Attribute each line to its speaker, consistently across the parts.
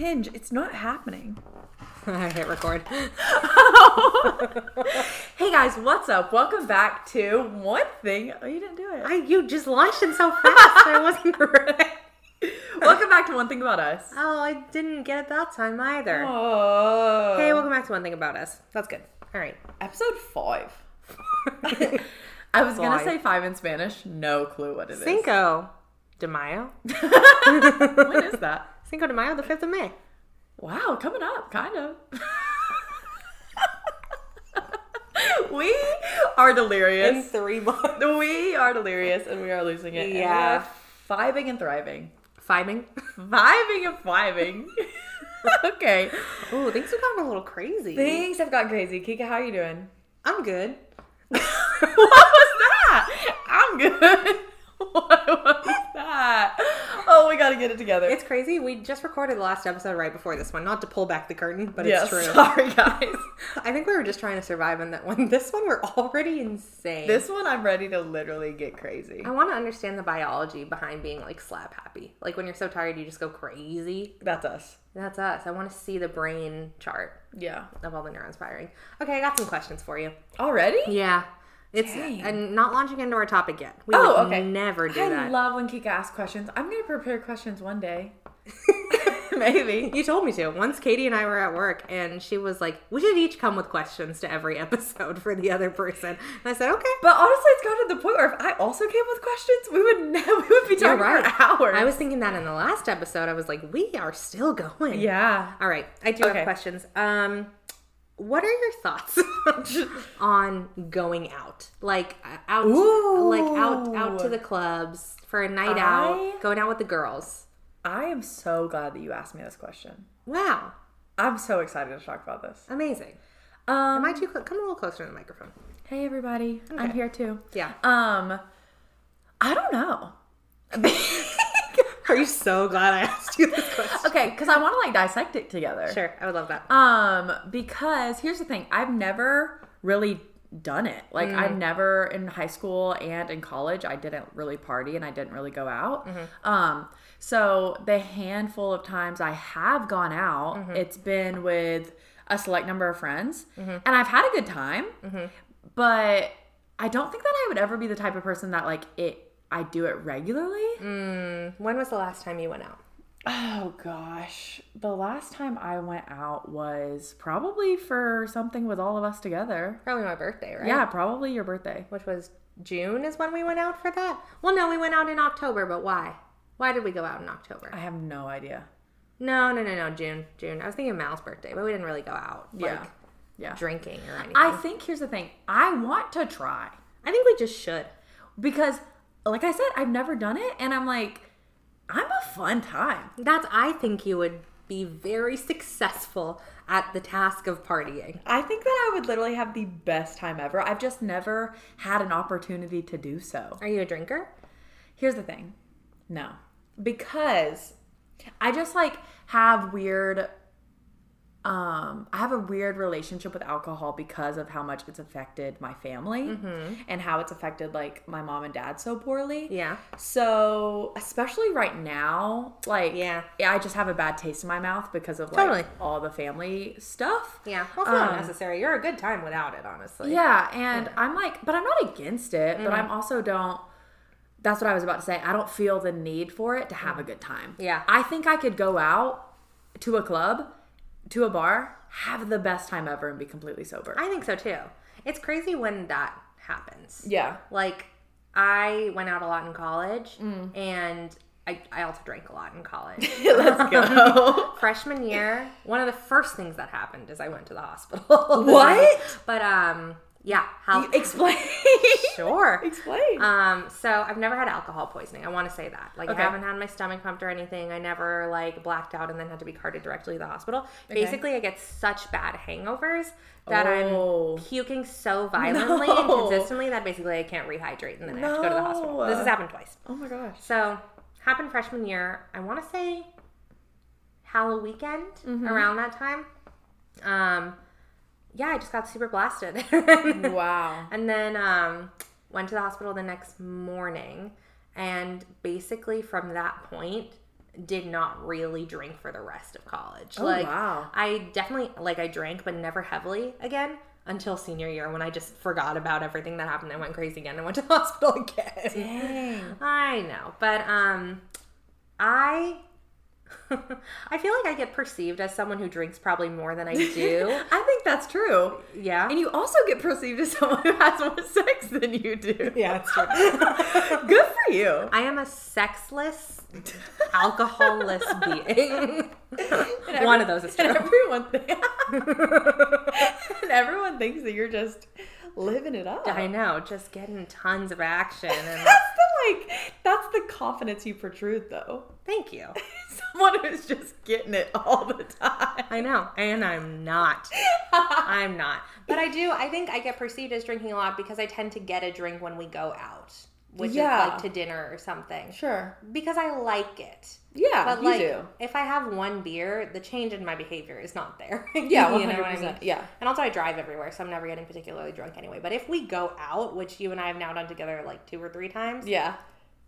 Speaker 1: Hinge, it's not happening.
Speaker 2: I hit record.
Speaker 1: hey guys, what's up? Welcome back to one thing. Oh, you didn't do it.
Speaker 2: I, you just launched in so fast. I wasn't ready.
Speaker 1: Welcome back to one thing about us.
Speaker 2: Oh, I didn't get it that time either.
Speaker 1: Oh.
Speaker 2: Hey, welcome back to One Thing About Us. That's good. All right.
Speaker 1: Episode five. I was gonna
Speaker 2: Five.
Speaker 1: say five in Spanish. No clue what it is.
Speaker 2: Cinco de Mayo.
Speaker 1: when is that?
Speaker 2: Cinco de Mayo, the 5th of May.
Speaker 1: Wow, coming up, kind of. we are delirious.
Speaker 2: three months.
Speaker 1: We are delirious and we are losing it. and we
Speaker 2: Yeah.
Speaker 1: are Vibing and thriving.
Speaker 2: Fiving.
Speaker 1: Vibing and vibing. okay.
Speaker 2: Ooh, things have gotten a little crazy.
Speaker 1: Things have gotten crazy. Kika, how are you doing?
Speaker 2: I'm good.
Speaker 1: what was that? I'm good. what was that? Oh, we gotta get it together.
Speaker 2: It's crazy. We just recorded the last episode right before this one. Not to pull back the curtain, but
Speaker 1: yeah,
Speaker 2: it's true.
Speaker 1: sorry guys.
Speaker 2: I think we were just trying to survive on that one. This one, we're already insane.
Speaker 1: This one I'm ready to literally get crazy.
Speaker 2: I want to understand the biology behind being like slap happy. Like when you're so tired, you just go crazy.
Speaker 1: That's us.
Speaker 2: That's us. I want to see the brain chart
Speaker 1: Yeah.
Speaker 2: of all the neurons firing. Okay, I got some questions for you.
Speaker 1: Already?
Speaker 2: Yeah. It's
Speaker 1: Dang.
Speaker 2: and not launching into our topic yet. We
Speaker 1: Oh,
Speaker 2: would
Speaker 1: okay.
Speaker 2: never do
Speaker 1: I
Speaker 2: that.
Speaker 1: love when Kika asks questions. I'm gonna prepare questions one day. Maybe.
Speaker 2: you told me to. Once Katie and I were at work and she was like, "We should each come with questions to every episode for the other person." And I said, "Okay."
Speaker 1: But honestly, it's gotten to the point where if I also came with questions, we would ne- we would be
Speaker 2: You're
Speaker 1: talking
Speaker 2: right.
Speaker 1: for hours.
Speaker 2: I was thinking that in the last episode. I was like, "We are still going."
Speaker 1: yeah.
Speaker 2: All right, I do
Speaker 1: Okay.
Speaker 2: have questions. Um, what are your thoughts on going out, like uh, out, like out, out to
Speaker 1: Ooh.
Speaker 2: the clubs for a night
Speaker 1: I-
Speaker 2: out, going out with the girls?
Speaker 1: I am so glad that you asked me this question.
Speaker 2: Wow,
Speaker 1: I'm so excited to talk about this.
Speaker 2: amazing!
Speaker 1: Um,
Speaker 2: Am I too cl- come a little closer to the microphone?
Speaker 1: hey everybody, I'm here too.
Speaker 2: Yeah.
Speaker 1: Um, I don't know.
Speaker 2: are you so glad I asked you this question?
Speaker 1: okay, because I want to like dissect it together.
Speaker 2: Sure, I would love that.
Speaker 1: Um, because here's the thing, I've never really done it. Like I've never in high school and in college, I didn't really party and I didn't really go out. Um, so the handful of times I have gone out, it's been with a select number of friends, and I've had a good time. But I don't think that I would ever be the type of person that like it. I do it regularly.
Speaker 2: Um, When was the last time you went out?
Speaker 1: Oh gosh. The last time I went out was probably for something with all of us together.
Speaker 2: Probably my birthday, right?
Speaker 1: Yeah, probably your birthday.
Speaker 2: which was June is when we went out for that. Well, no, we went out in October, but why? Why did we go out in October?
Speaker 1: I have no idea.
Speaker 2: No, no, no, no. June, June. I was thinking Mal's birthday, but we didn't really go out. Like,
Speaker 1: Yeah. Yeah.
Speaker 2: Drinking or anything.
Speaker 1: I think here's the thing. I want to try
Speaker 2: I think we just should.
Speaker 1: because like I said, I've never done it and I'm like I'm a fun time.
Speaker 2: That's. I think you would be very successful at the task of partying.
Speaker 1: I think that I would literally have the best time ever. I've just never had an opportunity to do so.
Speaker 2: Are you a drinker?
Speaker 1: Here's the thing. No. Because I just like have weird um I have a weird relationship with alcohol because of how much it's affected my family
Speaker 2: Mm-hmm.
Speaker 1: and how it's affected like my mom and dad so poorly.
Speaker 2: Yeah.
Speaker 1: So, especially right now, like
Speaker 2: Yeah.
Speaker 1: I just have a bad taste in my mouth because of like
Speaker 2: Totally.
Speaker 1: all the family stuff.
Speaker 2: Yeah. Well, it's not
Speaker 1: Um,
Speaker 2: necessary. You're a good time without it, honestly.
Speaker 1: yeah, Mm-hmm. and I'm like, but I'm not against it, but I'm also don't. That's what I was about to say. I don't feel the need for it to have a good time.
Speaker 2: Yeah.
Speaker 1: I think I could go out to a club, to a bar, have the best time ever, and be completely sober.
Speaker 2: I think so too. It's crazy when that happens.
Speaker 1: yeah.
Speaker 2: like I went out a lot in college and I, I also drank a lot in college.
Speaker 1: Let's go.
Speaker 2: Freshman year, one of the first things that happened is I went to the hospital.
Speaker 1: What?
Speaker 2: but um yeah, how
Speaker 1: Explain.
Speaker 2: sure.
Speaker 1: Explain.
Speaker 2: Um, so I've never had alcohol poisoning. I want to say that. Like
Speaker 1: Okay.
Speaker 2: I haven't had my stomach pumped or anything. I never like blacked out and then had to be carted directly to the hospital. Basically, I get such bad hangovers that
Speaker 1: Oh.
Speaker 2: I'm puking so violently and
Speaker 1: No.
Speaker 2: consistently that basically I can't rehydrate and then I have to go to the hospital.
Speaker 1: No.
Speaker 2: This has happened twice.
Speaker 1: oh my gosh.
Speaker 2: So happened freshman year. I want to say Halloween weekend around that time. Um, yeah, I just got super blasted.
Speaker 1: Wow.
Speaker 2: And then um, went to the hospital the next morning. And basically, from that point, did not really drink for the rest of college.
Speaker 1: Oh,
Speaker 2: like
Speaker 1: wow.
Speaker 2: I definitely like I drank but never heavily again until senior year when I just forgot about everything that happened. I went crazy again and went to the hospital again.
Speaker 1: Dang.
Speaker 2: I know, but um, I I feel like I get perceived as someone who drinks probably more than I do.
Speaker 1: I think that's true.
Speaker 2: yeah.
Speaker 1: And you also get perceived as someone who has more sex than you do.
Speaker 2: yeah, that's true.
Speaker 1: Good for you.
Speaker 2: I am a sexless, alcoholless being.
Speaker 1: And every-
Speaker 2: One of those is
Speaker 1: And
Speaker 2: true.
Speaker 1: everyone, thi- and everyone thinks that you're just living it up.
Speaker 2: I know, just getting tons of action. And
Speaker 1: That's the like. That's the confidence you protrude, though.
Speaker 2: thank you.
Speaker 1: Someone who's just getting it all the time.
Speaker 2: I know, and I'm not. I'm not. But I do. I think I get perceived as drinking a lot because I tend to get a drink when we go out, which
Speaker 1: Yeah.
Speaker 2: is like to dinner or something,
Speaker 1: Sure.
Speaker 2: because I like it.
Speaker 1: Yeah,
Speaker 2: But
Speaker 1: you
Speaker 2: like,
Speaker 1: do.
Speaker 2: if I have one beer, the change in my behavior is not there.
Speaker 1: Yeah,
Speaker 2: You
Speaker 1: one
Speaker 2: know
Speaker 1: hundred
Speaker 2: what I mean?
Speaker 1: percent. Yeah.
Speaker 2: And also, I drive everywhere, so I'm never getting particularly drunk anyway. But if we go out, which you and I have now done together like two or three times,
Speaker 1: Yeah.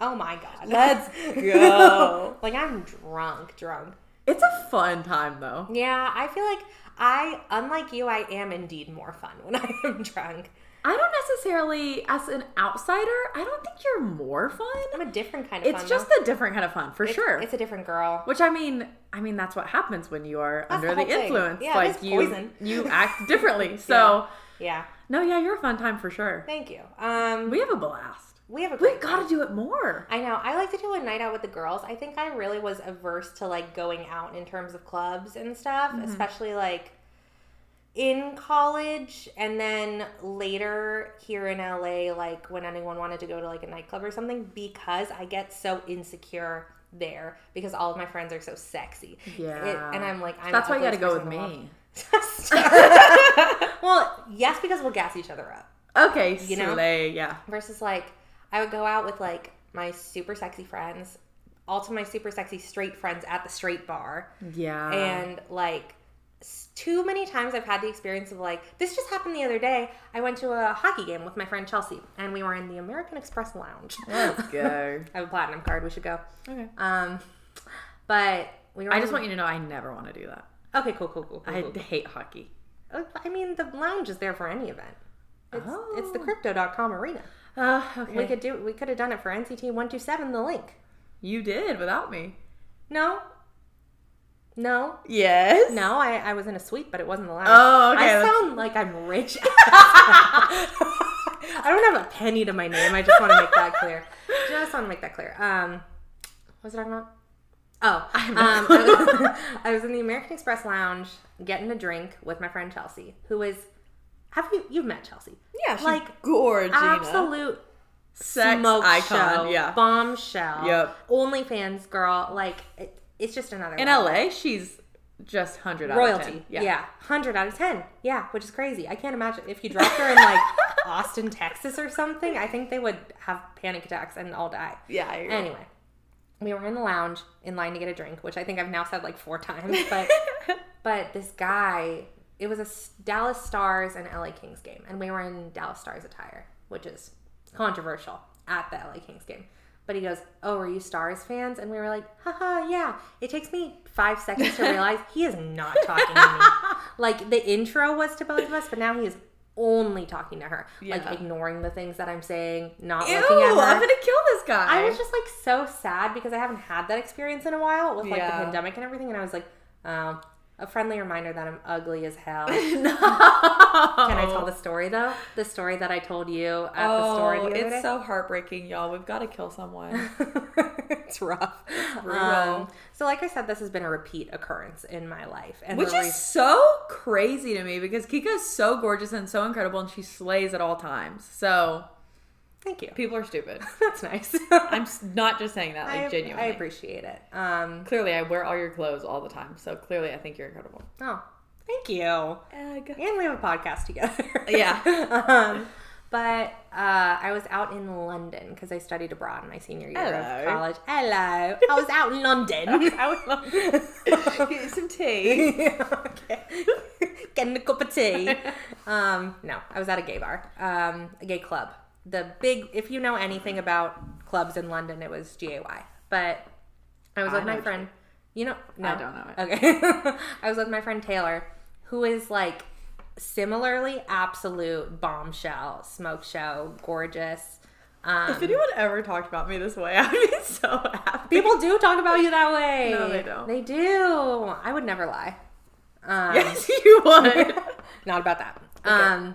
Speaker 2: oh my god,
Speaker 1: Let's go.
Speaker 2: like I'm drunk, drunk.
Speaker 1: It's a fun time though.
Speaker 2: Yeah, I feel like I, unlike you, I am indeed more fun when I am drunk.
Speaker 1: I don't necessarily, as an outsider, I don't think you're more fun.
Speaker 2: I'm a different kind of.
Speaker 1: It's
Speaker 2: fun,
Speaker 1: just
Speaker 2: though.
Speaker 1: a different kind of fun, for
Speaker 2: It's-
Speaker 1: sure.
Speaker 2: It's a different girl.
Speaker 1: Which I mean, I mean that's what happens when you are
Speaker 2: That's
Speaker 1: under
Speaker 2: the
Speaker 1: the,
Speaker 2: whole thing.
Speaker 1: influence.
Speaker 2: Yeah, it
Speaker 1: like
Speaker 2: is
Speaker 1: you,
Speaker 2: poison.
Speaker 1: you act differently. So
Speaker 2: Yeah.
Speaker 1: no, yeah, you're a fun time for sure.
Speaker 2: Thank you. Um, we,
Speaker 1: We have a blast.
Speaker 2: have a.
Speaker 1: We
Speaker 2: Great
Speaker 1: got to do it more.
Speaker 2: I know. I like to do a night out with the girls. I think I really was averse to like going out in terms of clubs and stuff,
Speaker 1: Mm-hmm.
Speaker 2: especially like in college and then later here in LA like when anyone wanted to go to like a nightclub or something because I get so insecure there because all of my friends are so sexy.
Speaker 1: Yeah.
Speaker 2: and I'm like I'm
Speaker 1: That's
Speaker 2: the
Speaker 1: why you got to go with
Speaker 2: ugliest person in the world.
Speaker 1: me.
Speaker 2: well, yes because we'll gas each other up.
Speaker 1: Okay,
Speaker 2: You know?
Speaker 1: slay, yeah.
Speaker 2: versus like I would go out with like my super sexy friends, all to my super sexy straight friends at the straight bar,
Speaker 1: Yeah.
Speaker 2: and like s- too many times I've had the experience of like this just happened the other day. I went to a hockey game with my friend Chelsea, and we were in the American Express lounge.
Speaker 1: Let's go.
Speaker 2: I have a platinum card. We should go.
Speaker 1: okay.
Speaker 2: Um, but we were.
Speaker 1: I just want you to know I never want to do that.
Speaker 2: Okay, cool, cool, cool. cool,
Speaker 1: I
Speaker 2: cool.
Speaker 1: hate hockey.
Speaker 2: Uh, I mean, the lounge is there for any event. It's, it's the
Speaker 1: Oh.
Speaker 2: crypto.com arena.
Speaker 1: Uh, okay.
Speaker 2: We could do we could have done it for NCT 127 the link.
Speaker 1: you did without me.
Speaker 2: No. No.
Speaker 1: Yes.
Speaker 2: No, I, I was in a suite, but it wasn't the last.
Speaker 1: Oh, okay.
Speaker 2: I
Speaker 1: That's-
Speaker 2: sound like I'm rich. I don't have a penny to my name. I just want to make that clear. Just want to make that clear. Um, what was I talking about? Oh, um, I, was, I was in the American Express lounge getting a drink with my friend Chelsea, who is. Have you you've met Chelsea?
Speaker 1: Yeah, she's
Speaker 2: Like,
Speaker 1: like gorgeous.
Speaker 2: Absolute
Speaker 1: sex
Speaker 2: smoke
Speaker 1: icon.
Speaker 2: show,
Speaker 1: Yeah.
Speaker 2: bombshell.
Speaker 1: Yep.
Speaker 2: OnlyFans girl. Like it, it's just another
Speaker 1: In
Speaker 2: level
Speaker 1: LA, she's just hundred out Of
Speaker 2: royalty.
Speaker 1: 10.
Speaker 2: Yeah. 100 out of 10. Yeah, which is crazy. I can't imagine if you dropped her in like Austin, Texas or something, I think they would have panic attacks and all die.
Speaker 1: Yeah, I agree.
Speaker 2: Anyway, we were in the lounge in line to get a drink, which I think I've now said like four times, but but this guy, it was a S- Dallas Stars and LA Kings game, and we were in Dallas Stars attire, which is controversial at the LA Kings game. But he goes, "Oh, are you Stars fans?" And we were like, "Haha, yeah." It takes me five seconds to realize he is not talking to me. Like the intro was to both of us, but now he is only talking to her,
Speaker 1: Yeah.
Speaker 2: like ignoring the things that I'm saying, not
Speaker 1: Ew,
Speaker 2: looking at her.
Speaker 1: I'm gonna kill this guy.
Speaker 2: I was just like so sad because I haven't had that experience in a while with like
Speaker 1: Yeah.
Speaker 2: the pandemic and everything, and I was like, um, a friendly reminder that I'm ugly as hell. Can
Speaker 1: no.
Speaker 2: I tell the story though? The story that I told you at the store the
Speaker 1: Oh,
Speaker 2: other
Speaker 1: it's
Speaker 2: day.
Speaker 1: so heartbreaking, y'all. We've got to kill someone.
Speaker 2: it's rough.
Speaker 1: brutal.
Speaker 2: Um, so, like I said, this has been a repeat occurrence in my life, and
Speaker 1: Which
Speaker 2: the
Speaker 1: is
Speaker 2: reason-
Speaker 1: so crazy to me because Kika's so gorgeous and so incredible and she slays at all times. So
Speaker 2: thank you.
Speaker 1: people are stupid.
Speaker 2: That's nice.
Speaker 1: I'm s- not just saying that, like
Speaker 2: I,
Speaker 1: genuinely.
Speaker 2: I appreciate it. Um,
Speaker 1: Clearly, I wear all your clothes all the time. So clearly, I think you're incredible.
Speaker 2: oh, thank you. And we have a podcast together.
Speaker 1: Yeah.
Speaker 2: um, but uh, I was out in London because I studied abroad my senior year
Speaker 1: Hello.
Speaker 2: of college. Hello. I was out in London.
Speaker 1: Get you some tea.
Speaker 2: Getting a cup of tea. Um, no, I was at a gay bar, um, a gay club. The big, if you know anything about clubs in London, it was GAY. But I was
Speaker 1: I
Speaker 2: with
Speaker 1: know
Speaker 2: my
Speaker 1: what
Speaker 2: friend. You know, no,
Speaker 1: I don't know it.
Speaker 2: Okay, I was with my friend Taylor, who is like similarly absolute bombshell, smoke show, gorgeous.
Speaker 1: If anyone ever talked about me this way, I'd be so happy.
Speaker 2: People do talk about you that way.
Speaker 1: No, they don't.
Speaker 2: They do. I would never lie. Um,
Speaker 1: Yes, you would.
Speaker 2: Not about that. Um,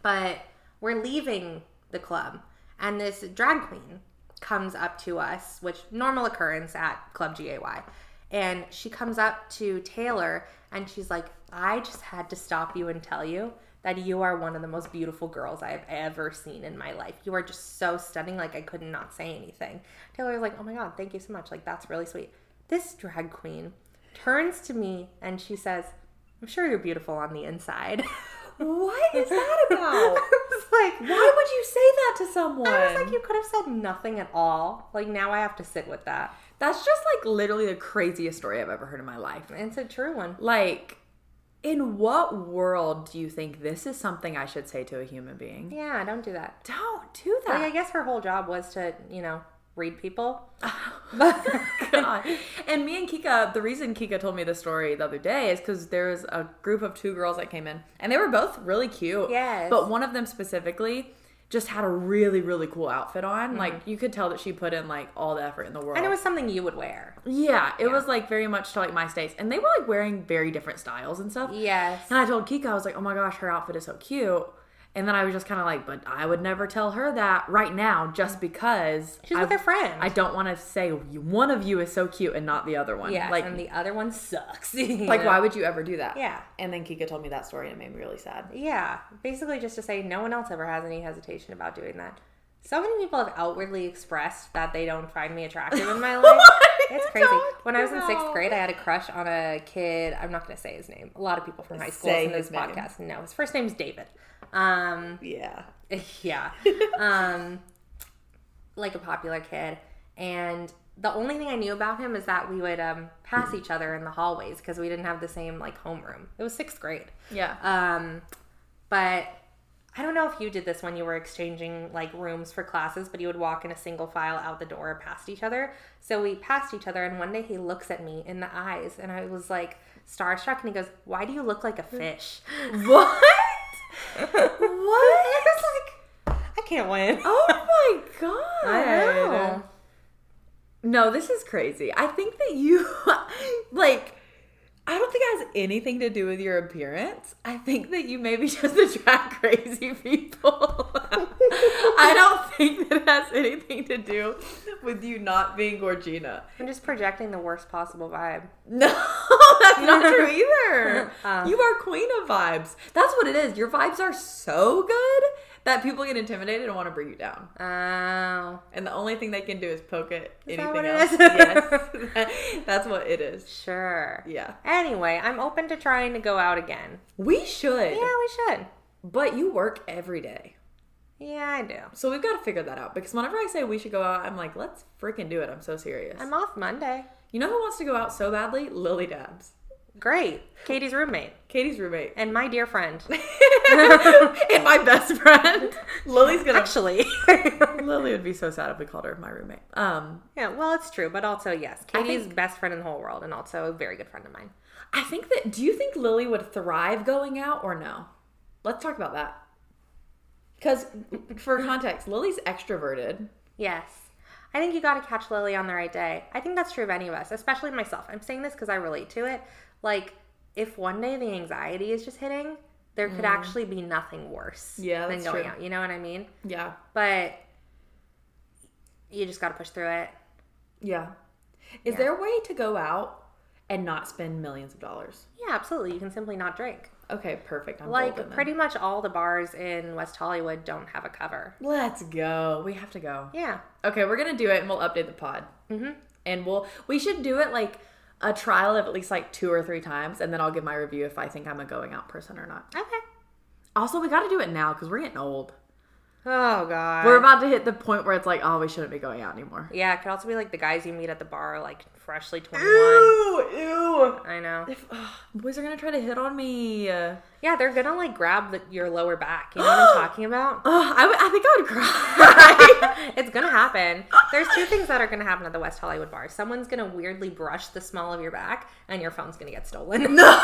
Speaker 2: but we're leaving the club, and this drag queen comes up to us, which normal occurrence at Club GAY, and she comes up to Taylor, and she's like, "I just had to stop you and tell you." That you are one of the most beautiful girls I have ever seen in my life. You are just so stunning. Like, I could not say anything. Taylor's like, oh my God, thank you so much. Like, that's really sweet. This drag queen turns to me and she says, I'm sure you're beautiful on the inside.
Speaker 1: what is that about?
Speaker 2: it's like,
Speaker 1: Why would you say that to someone?
Speaker 2: I was like, you could have said nothing at all. Like now I have to sit with that.
Speaker 1: That's just like literally the craziest story I've ever heard in my life.
Speaker 2: It's a true one.
Speaker 1: Like, in what world do you think this is something I should say to a human being?
Speaker 2: Yeah, don't do that.
Speaker 1: Don't do
Speaker 2: Like I
Speaker 1: that.
Speaker 2: guess her whole job was to, you know, read people.
Speaker 1: God. And me and Kika, the reason Kika told me the story the other day is because there was a group of two girls that came in, and they were both really cute.
Speaker 2: Yes.
Speaker 1: But one of them specifically just had a really, really cool outfit on. Like you could tell that she put in like all the effort in the world.
Speaker 2: Mm-hmm. and it was something you would wear.
Speaker 1: yeah, it was like very much to like my taste, and they were like wearing very different styles and stuff.
Speaker 2: Yes.
Speaker 1: And I told Kika, I was like, oh my gosh, her outfit is so cute. And then I was just kind of like, but I would never tell her that right now just because
Speaker 2: She's
Speaker 1: I,
Speaker 2: with her friend.
Speaker 1: I don't want to say one of you is so cute and not the other one.
Speaker 2: yes.
Speaker 1: Like,
Speaker 2: and the other one sucks.
Speaker 1: like why would you ever do that?
Speaker 2: Yeah.
Speaker 1: And then Kika told me that story and it made me really sad.
Speaker 2: Yeah, basically just to say no one else ever has any hesitation about doing that. So many people have outwardly expressed that they don't find me attractive in my life. it's crazy.
Speaker 1: talking
Speaker 2: When I was in sixth
Speaker 1: about?
Speaker 2: grade, I had a crush on a kid. I'm not going to say his name. A lot of people from high school
Speaker 1: Say
Speaker 2: listen to
Speaker 1: his
Speaker 2: this
Speaker 1: name.
Speaker 2: podcast. No, his first name's David. Um,
Speaker 1: Yeah.
Speaker 2: yeah. um, like a popular kid. And the only thing I knew about him is that we would um, pass each other in the hallways because we didn't have the same like homeroom. It was sixth grade.
Speaker 1: Yeah.
Speaker 2: Um, but I don't know if you did this when you were exchanging like rooms for classes, but you would walk in a single file out the door past each other. So we passed each other, and one day he looks at me in the eyes, and I was like starstruck, and he goes, "Why do you look like a fish?"
Speaker 1: what?
Speaker 2: what? It's like I can't win.
Speaker 1: Oh my god.
Speaker 2: I know.
Speaker 1: No, this is crazy. I think that you, like, I don't think it has anything to do with your appearance. I think that you maybe just attract crazy people. I don't think that it has anything to do with you not being Gorgina.
Speaker 2: I'm just projecting the worst possible vibe.
Speaker 1: No, that's not true either.
Speaker 2: Um.
Speaker 1: you are queen of vibes. That's what it is. Your vibes are so good that people get intimidated and want to bring you down.
Speaker 2: Oh,
Speaker 1: And the only thing they can do is poke at
Speaker 2: Is that
Speaker 1: anything
Speaker 2: what it
Speaker 1: else.
Speaker 2: is?
Speaker 1: yes. that's what it is.
Speaker 2: sure.
Speaker 1: Yeah.
Speaker 2: Anyway, I'm open to trying to go out again.
Speaker 1: We should.
Speaker 2: Yeah, we should.
Speaker 1: But you work every day.
Speaker 2: Yeah, I do.
Speaker 1: So we've got to figure that out because whenever I say we should go out, I'm like, let's freaking do it. I'm so serious.
Speaker 2: I'm off Monday.
Speaker 1: you know who wants to go out so badly? Lily Dabs,
Speaker 2: Great. Katie's roommate
Speaker 1: Katie's roommate,
Speaker 2: and my dear friend.
Speaker 1: and my best friend. Lily's gonna.
Speaker 2: Actually.
Speaker 1: Lily would be so sad if we called her my roommate. Um,
Speaker 2: yeah, well, it's true, but also, yes.
Speaker 1: I
Speaker 2: Katie's best friend in the whole world and also a very good friend of mine.
Speaker 1: I think that. Do you think Lily would thrive going out or no? Let's talk about that. Because for context, Lily's extroverted.
Speaker 2: Yes. I think you got to catch Lily on the right day. I think that's true of any of us, especially myself. I'm saying this because I relate to it. Like, if one day the anxiety is just hitting, there could actually be nothing worse
Speaker 1: Yeah,
Speaker 2: than
Speaker 1: that's
Speaker 2: going
Speaker 1: true.
Speaker 2: out. You know what I mean?
Speaker 1: Yeah.
Speaker 2: But you just got to push through it.
Speaker 1: Yeah. Is there a way to go out and not spend millions of dollars?
Speaker 2: Yeah, absolutely. You can simply not drink.
Speaker 1: Okay, perfect. I'm golden
Speaker 2: Like,
Speaker 1: then.
Speaker 2: pretty much all the bars in West Hollywood don't have a cover.
Speaker 1: Let's go. We have to go.
Speaker 2: Yeah.
Speaker 1: Okay, we're gonna do it, and we'll update the pod. Mm-hmm. And we'll we should do it like a trial of at least like two or three times, and then I'll give my review if I think I'm a going out person or not.
Speaker 2: Okay.
Speaker 1: Also, we got to do it now because we're getting old.
Speaker 2: Oh god.
Speaker 1: We're about to hit the point where it's like, oh, we shouldn't be going out anymore.
Speaker 2: yeah, it could also be like the guys you meet at the bar, are, like freshly 21.
Speaker 1: Ew, ew.
Speaker 2: I know.
Speaker 1: Boys are gonna try to hit on me. Ugh,
Speaker 2: Yeah, they're gonna like grab the, your lower back. You know what I'm talking about?
Speaker 1: I, would- I think I would cry.
Speaker 2: it's gonna happen. There's two things that are gonna happen at the West Hollywood bar. Someone's gonna weirdly brush the small of your back, and your phone's gonna get stolen.
Speaker 1: no.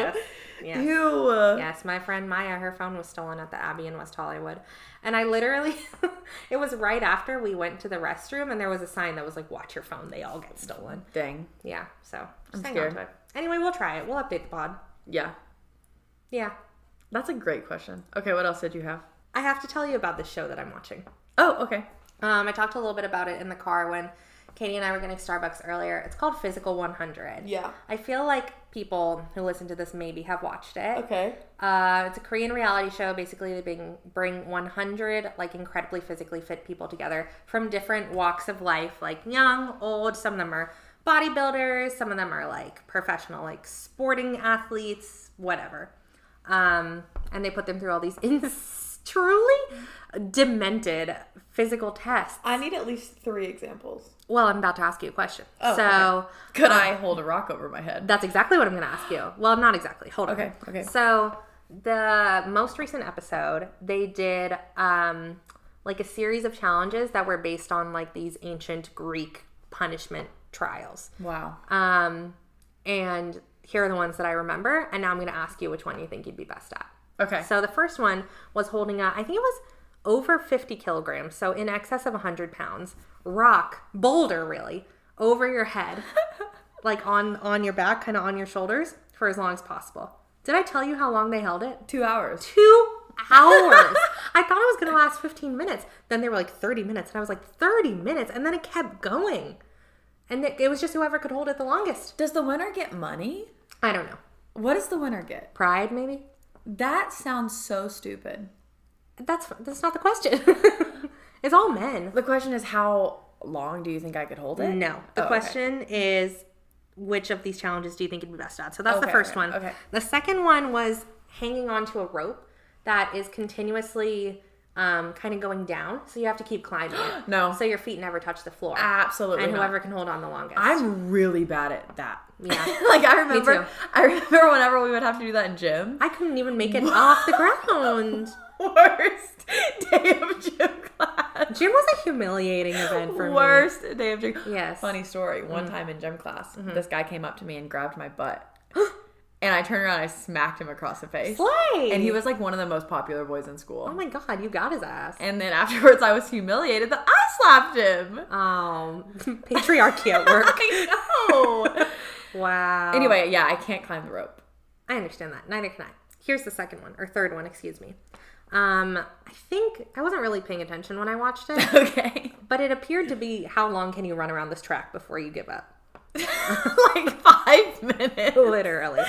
Speaker 2: yes. Yes.
Speaker 1: Ew.
Speaker 2: Yes, my friend Maya, her phone was stolen at the Abbey in West Hollywood. And I literally, it was right after we went to the restroom and there was a sign that was like, watch your phone, they all get stolen.
Speaker 1: Dang.
Speaker 2: Yeah, so just hang
Speaker 1: scared.
Speaker 2: on to it. Anyway, we'll try it. We'll update the pod.
Speaker 1: Yeah.
Speaker 2: Yeah.
Speaker 1: That's a great question. Okay, what else did you have?
Speaker 2: I have to tell you about this show that I'm watching.
Speaker 1: Oh, okay.
Speaker 2: Um, I talked a little bit about it in the car when Katie and I were getting Starbucks earlier. It's called Physical 100.
Speaker 1: Yeah.
Speaker 2: I feel like people who listen to this maybe have watched it.
Speaker 1: Okay.
Speaker 2: Uh, it's a Korean reality show. Basically, they bring bring 100 like incredibly physically fit people together from different walks of life, like young, old. Some of them are bodybuilders. Some of them are like professional, like sporting athletes, whatever. Um, and they put them through all these ins- truly demented physical tests.
Speaker 3: I need at least three examples.
Speaker 2: Well, I'm about to ask you a question.
Speaker 3: Oh,
Speaker 2: so.
Speaker 1: Could I hold a rock over my head?
Speaker 2: That's exactly what I'm going to ask you. Well, not exactly. Hold on.
Speaker 1: Okay, okay.
Speaker 2: So the most recent episode, they did um, like a series of challenges that were based on like these ancient Greek punishment trials.
Speaker 1: Wow.
Speaker 2: Um, and here are the ones that I remember. And now I'm going to ask you which one you think you'd be best at.
Speaker 1: Okay.
Speaker 2: So the first one was holding a, I think it was over 50 kilograms, so in excess of 100 pounds, rock, boulder really, over your head, like on on your back, kind of on your shoulders, for as long as possible. Did I tell you how long they held it?
Speaker 1: Two hours.
Speaker 2: Two hours. I thought it was gonna last 15 minutes. Then they were like 30 minutes, and I was like 30 minutes, and then it kept going, and it, it was just whoever could hold it the longest.
Speaker 1: Does the winner get money?
Speaker 2: I don't know.
Speaker 1: What does the winner get?
Speaker 2: Pride maybe.
Speaker 1: That sounds so stupid.
Speaker 2: That's that's not the question. it's all men.
Speaker 1: The question is, how long do you think I could hold it?
Speaker 2: No. The
Speaker 1: Oh, okay.
Speaker 2: question is which of these challenges do you think you'd be best at? So that's the
Speaker 1: Okay,
Speaker 2: first
Speaker 1: okay,
Speaker 2: one.
Speaker 1: okay.
Speaker 2: The second one was hanging onto a rope that is continuously um, kind of going down. So you have to keep climbing it.
Speaker 1: No.
Speaker 2: So your feet never touch the floor.
Speaker 1: Absolutely.
Speaker 2: and
Speaker 1: not.
Speaker 2: whoever can hold on the longest.
Speaker 1: I'm really bad at that.
Speaker 2: Yeah.
Speaker 1: like I remember,
Speaker 2: too.
Speaker 1: I remember whenever we would have to do that in gym.
Speaker 2: I couldn't even make it off the ground.
Speaker 1: Worst day of gym class.
Speaker 2: Gym was a humiliating event for me.
Speaker 1: Worst day of gym.
Speaker 2: Yes. Mm-hmm.
Speaker 1: Funny story. One time in gym class, this guy came up to me and grabbed my butt, and I turned around, and I smacked him across the face,
Speaker 2: Slay.
Speaker 1: and he was like one of the most popular boys in school.
Speaker 2: Oh my god, you got his ass.
Speaker 1: and then afterwards, I was humiliated that I slapped him.
Speaker 2: Oh, patriarchy at work.
Speaker 1: I know.
Speaker 2: Wow.
Speaker 1: anyway, yeah, I can't climb the rope.
Speaker 2: I understand that. Neither can I. Here's the second one, or third one, excuse me. Um, I think I wasn't really paying attention when I watched it,
Speaker 1: Okay.
Speaker 2: but it appeared to be how long can you run around this track before you give up?
Speaker 1: like five minutes.
Speaker 2: Literally.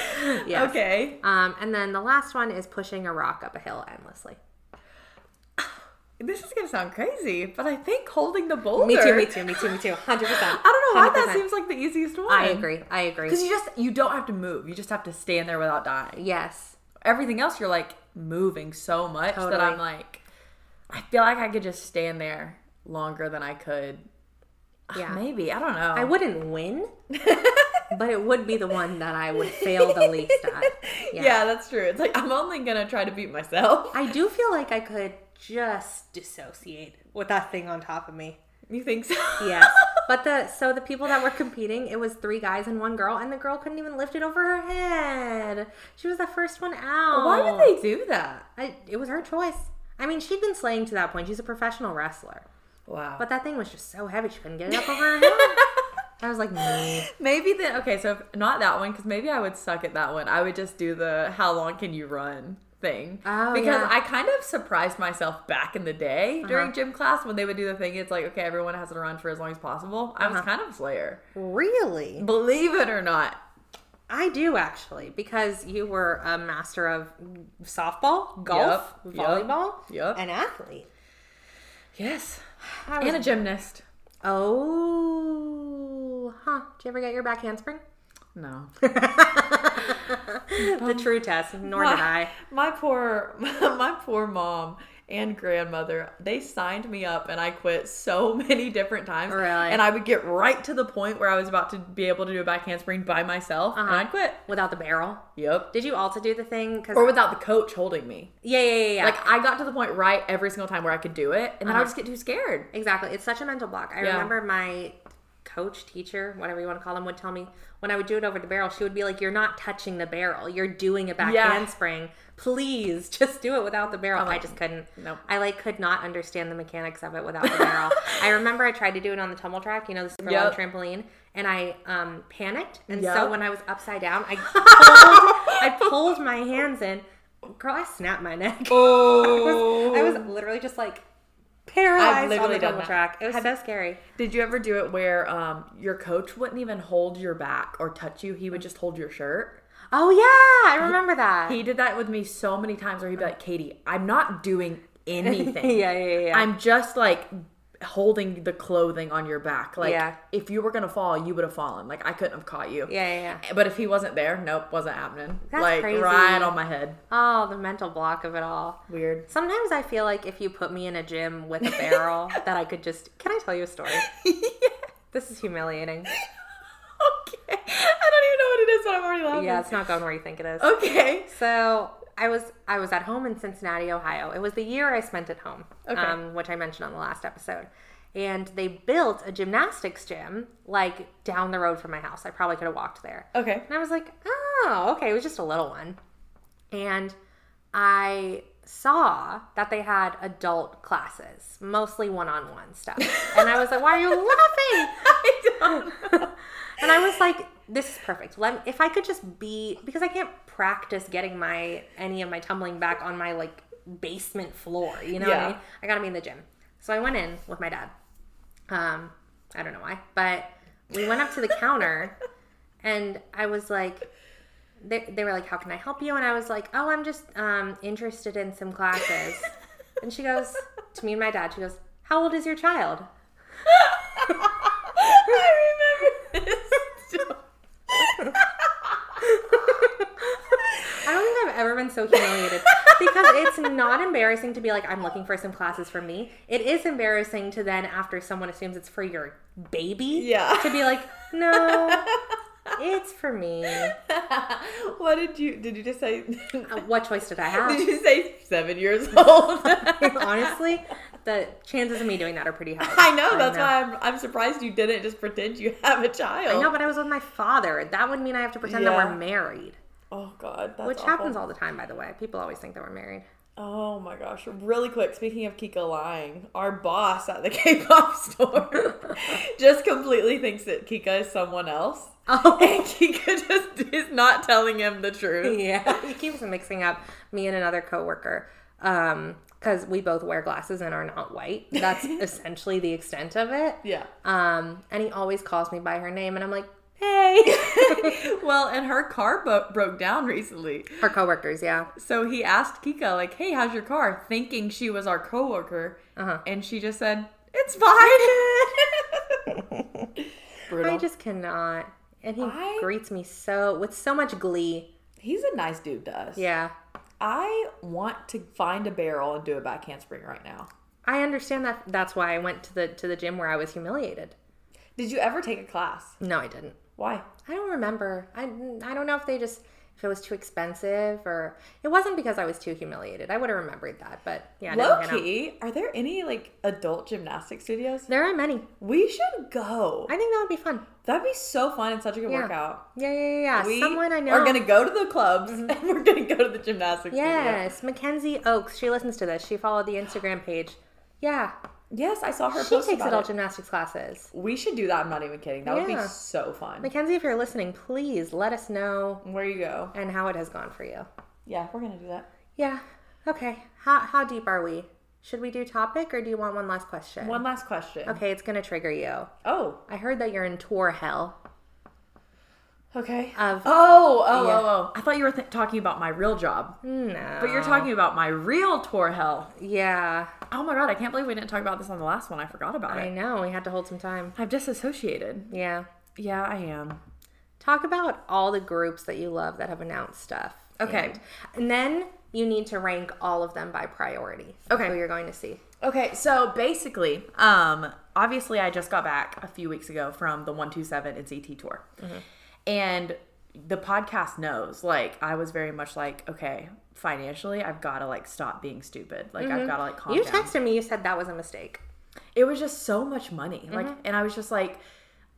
Speaker 2: Yes.
Speaker 1: Okay.
Speaker 2: Um, and then the last one is pushing a rock up a hill endlessly.
Speaker 1: This is gonna sound crazy, but I think holding the boulder.
Speaker 2: Me too, me too, me too, me too. 100%.
Speaker 1: I don't know why
Speaker 2: 100%.
Speaker 1: that seems like the easiest one.
Speaker 2: I agree. I agree.
Speaker 1: Because you just you don't have to move. You just have to stand there without dying.
Speaker 2: Yes.
Speaker 1: Everything else, you're like moving so much that
Speaker 2: Totally.
Speaker 1: I'm like, I feel like I could just stand there longer than I could.
Speaker 2: Yeah.
Speaker 1: Maybe I don't know.
Speaker 2: I wouldn't win, but it would be the one that I would fail the least at.
Speaker 1: Yeah. that's true. It's like I'm only gonna try to beat myself.
Speaker 2: I do feel like I could just dissociate with that thing on top of me.
Speaker 1: You think so?
Speaker 2: Yes. But the so the people that were competing, it was three guys and one girl, and the girl couldn't even lift it over her head. She was the first one out.
Speaker 1: Why would they do that?
Speaker 2: I, it was her choice. I mean, she'd been slaying to that point. She's a professional wrestler,
Speaker 1: Wow.
Speaker 2: but that thing was just so heavy she couldn't get it up over her head. I was like, "Nee."
Speaker 1: Maybe then, okay, so if, not that one, because maybe I would suck at that one. I would just do the how long can you run thing.
Speaker 2: Oh,
Speaker 1: because
Speaker 2: yeah.
Speaker 1: I kind of surprised myself back in the day during gym class when they would do the thing. It's like, okay, everyone has to run for as long as possible. I was kind of a slayer.
Speaker 2: really?
Speaker 1: Believe it or not.
Speaker 2: I do actually, because you were a master of softball, golf,
Speaker 1: Yup, yup,
Speaker 2: volleyball,
Speaker 1: yup.
Speaker 2: an athlete.
Speaker 1: Yes.
Speaker 2: I was
Speaker 1: And a gymnast.
Speaker 2: Oh, huh. Did you ever get your back handspring?
Speaker 1: No.
Speaker 2: the true test. Nor did I.
Speaker 3: My poor, my poor mom and grandmother. They signed me up, and I quit so many different times.
Speaker 2: Really?
Speaker 3: And I would get right to the point where I was about to be able to do a back handspring by myself, and
Speaker 2: Uh-huh.
Speaker 3: I'd quit.
Speaker 2: Without the barrel.
Speaker 3: Yep.
Speaker 2: Did you also do the thing? Cause
Speaker 1: or without the coach holding me.
Speaker 2: yeah, yeah, yeah, yeah.
Speaker 1: Like I got to the point right every single time where I could do it, and then I
Speaker 2: Uh-huh.
Speaker 1: would just get too scared.
Speaker 2: Exactly. It's such a mental block. I
Speaker 1: Yeah.
Speaker 2: remember my coach, teacher, whatever you want to call them, would tell me when I would do it over the barrel, she would be like, You're not touching the barrel. You're doing a back
Speaker 1: Yeah.
Speaker 2: handspring. Please just do it without the barrel. I
Speaker 1: like,
Speaker 2: just couldn't.
Speaker 1: nope.
Speaker 2: I like could not understand the mechanics of it without the barrel. I remember I tried to do it on the tumble track, you know, the super long
Speaker 1: Yep.
Speaker 2: trampoline, and I um panicked. And so
Speaker 1: Yep.
Speaker 2: when I was upside down, I pulled, I pulled my hands in. Girl, I snapped my neck.
Speaker 1: Oh,
Speaker 2: I was literally just like paralyzed on
Speaker 1: literally
Speaker 2: the
Speaker 1: done
Speaker 2: double
Speaker 1: that.
Speaker 2: track. It was so scary.
Speaker 1: Did you ever do it where um, your coach wouldn't even hold your back or touch you? He would just hold your shirt.
Speaker 2: Oh yeah, I remember that.
Speaker 1: He did that with me so many times where he'd be like, "Katie, I'm not doing anything.
Speaker 2: yeah, yeah, yeah.
Speaker 1: I'm just like." Holding the clothing on your back, like
Speaker 2: Yeah.
Speaker 1: if you were gonna fall, you would have fallen. Like I couldn't have caught you.
Speaker 2: yeah, yeah, yeah.
Speaker 1: But if he wasn't there, nope, wasn't happening.
Speaker 2: That's
Speaker 1: like
Speaker 2: crazy.
Speaker 1: right on my head.
Speaker 2: Oh, the mental block of it all.
Speaker 1: Weird.
Speaker 2: Sometimes I feel like if you put me in a gym with a barrel, that I could just. Can I tell you a story? This is humiliating.
Speaker 1: Okay. I don't even know what it is, but I'm already laughing.
Speaker 2: Yeah, it's not going where you think it is.
Speaker 1: Okay.
Speaker 2: So I was I was at home in Cincinnati, Ohio. It was the year I spent at home, um, which I mentioned on the last episode. And they built a gymnastics gym like down the road from my house. I probably could have walked there.
Speaker 3: Okay.
Speaker 2: And I was like, oh, okay, it was just a little one. And I saw that they had adult classes, mostly one on one stuff. And I was like, why are you laughing? and I was like, this is perfect. Let if I could just be, because I can't practice getting my, any of my tumbling back on my like basement floor, you know what I
Speaker 3: Yeah.
Speaker 2: mean? I gotta be in the gym. So I went in with my dad. Um, I don't know why, but we went up to the counter and I was like, they, they were like, how can I help you? And I was like, oh, I'm just um, interested in some classes. and she goes to me and my dad, she goes, how old is your child?
Speaker 3: I remember this.
Speaker 2: I don't think I've ever been so humiliated because it's not embarrassing to be like, I'm looking for some classes for me. It is embarrassing to then, after someone assumes it's for your baby,
Speaker 3: Yeah.
Speaker 2: to be like, no, it's for me.
Speaker 3: what did you? Did you just say?
Speaker 2: Uh, What choice did I have?
Speaker 3: Did you say seven years old?
Speaker 2: Honestly, the chances of me doing that are pretty high.
Speaker 3: I know. That's why I'm, I'm surprised you didn't just pretend you have a child.
Speaker 2: I know, but I was with my father. That would mean I have to pretend that
Speaker 3: Yeah.
Speaker 2: we're married,
Speaker 3: Oh God, that's
Speaker 2: which
Speaker 3: awful.
Speaker 2: happens all the time, by the way. People always think that we're married.
Speaker 3: Oh my gosh. Really quick, speaking of Kika lying, our boss at the K pop store just completely thinks that Kika is someone else.
Speaker 2: Oh,
Speaker 3: And Kika just is not telling him the truth.
Speaker 2: yeah. He keeps mixing up me and another coworker um, because we both wear glasses and are not white. That's essentially the extent of it.
Speaker 3: Yeah.
Speaker 2: Um, and he always calls me by her name, and I'm like, hey.
Speaker 3: well, and her car bo- broke down recently.
Speaker 2: Our coworkers, yeah.
Speaker 3: So he asked Kika, like, hey, how's your car? Thinking she was our coworker.
Speaker 2: Uh-huh.
Speaker 3: And she just said, it's fine. Brutal.
Speaker 2: I just cannot. And he
Speaker 3: I-
Speaker 2: greets me so with so much glee.
Speaker 3: He's a nice dude to us.
Speaker 2: Yeah.
Speaker 3: I want to find a barrel and do a back handspring right now.
Speaker 2: I understand that that's why I went to the to the gym where I was humiliated.
Speaker 3: Did you ever take a class?
Speaker 2: No, I didn't.
Speaker 3: Why?
Speaker 2: I don't remember. I, I don't know if they just if it was too expensive or it wasn't because I was too humiliated. I would have remembered that, but yeah, I didn't
Speaker 3: Low
Speaker 2: pan out.
Speaker 3: key, are there any like adult gymnastic studios?
Speaker 2: There are many.
Speaker 3: We should go.
Speaker 2: I think that would be fun.
Speaker 3: That'd be so fun and such a good
Speaker 2: Yeah.
Speaker 3: workout.
Speaker 2: Yeah, yeah, yeah. yeah.
Speaker 3: We
Speaker 2: Someone I know. Mm-hmm.
Speaker 3: are gonna go to the clubs and we're gonna go to the gymnastics. studio.
Speaker 2: Yes, Mackenzie Oaks. She listens to this. She followed the Instagram page. Yeah,
Speaker 3: Yes, I saw her
Speaker 2: she
Speaker 3: post
Speaker 2: takes
Speaker 3: about
Speaker 2: adult
Speaker 3: it.
Speaker 2: gymnastics classes.
Speaker 3: We should do that. I'm not even kidding. That would
Speaker 2: Yeah.
Speaker 3: be so fun.
Speaker 2: Mackenzie, if you're listening, please let us know
Speaker 3: Where you go?
Speaker 2: and how it has gone for you.
Speaker 3: Yeah, we're gonna do that.
Speaker 2: Yeah. Okay. How how deep are we? Should we do topic or do you want one last question?
Speaker 3: One last question.
Speaker 2: Okay, it's gonna trigger you.
Speaker 3: Oh,
Speaker 2: I heard that you're in tour hell.
Speaker 3: okay.
Speaker 2: Of
Speaker 1: Oh, oh,
Speaker 2: Yeah.
Speaker 1: oh, oh! I thought you were th- talking about my real job,
Speaker 2: no,
Speaker 1: but you're talking about my real tour hell.
Speaker 2: Yeah,
Speaker 1: Oh my god, I can't believe we didn't talk about this on the last one. I forgot about
Speaker 2: I
Speaker 1: it.
Speaker 2: know. We had to hold some time.
Speaker 1: I've disassociated.
Speaker 2: Yeah.
Speaker 1: Yeah, I am.
Speaker 2: Talk about all the groups that you love that have announced stuff.
Speaker 1: Okay.
Speaker 2: And, and then you need to rank all of them by priority. of
Speaker 1: Okay.
Speaker 2: Who you're going to see.
Speaker 1: Okay, so basically, um, obviously, I just got back a few weeks ago from the 127 and CT tour. And the podcast knows, like, I was very much like, okay, financially, I've got to, like, stop being stupid. Like, I've got to, like, calm
Speaker 2: you
Speaker 1: down.
Speaker 2: texted me, you said that was a mistake.
Speaker 1: it was just so much money. Like,
Speaker 2: Mm-hmm.
Speaker 1: and I was just like,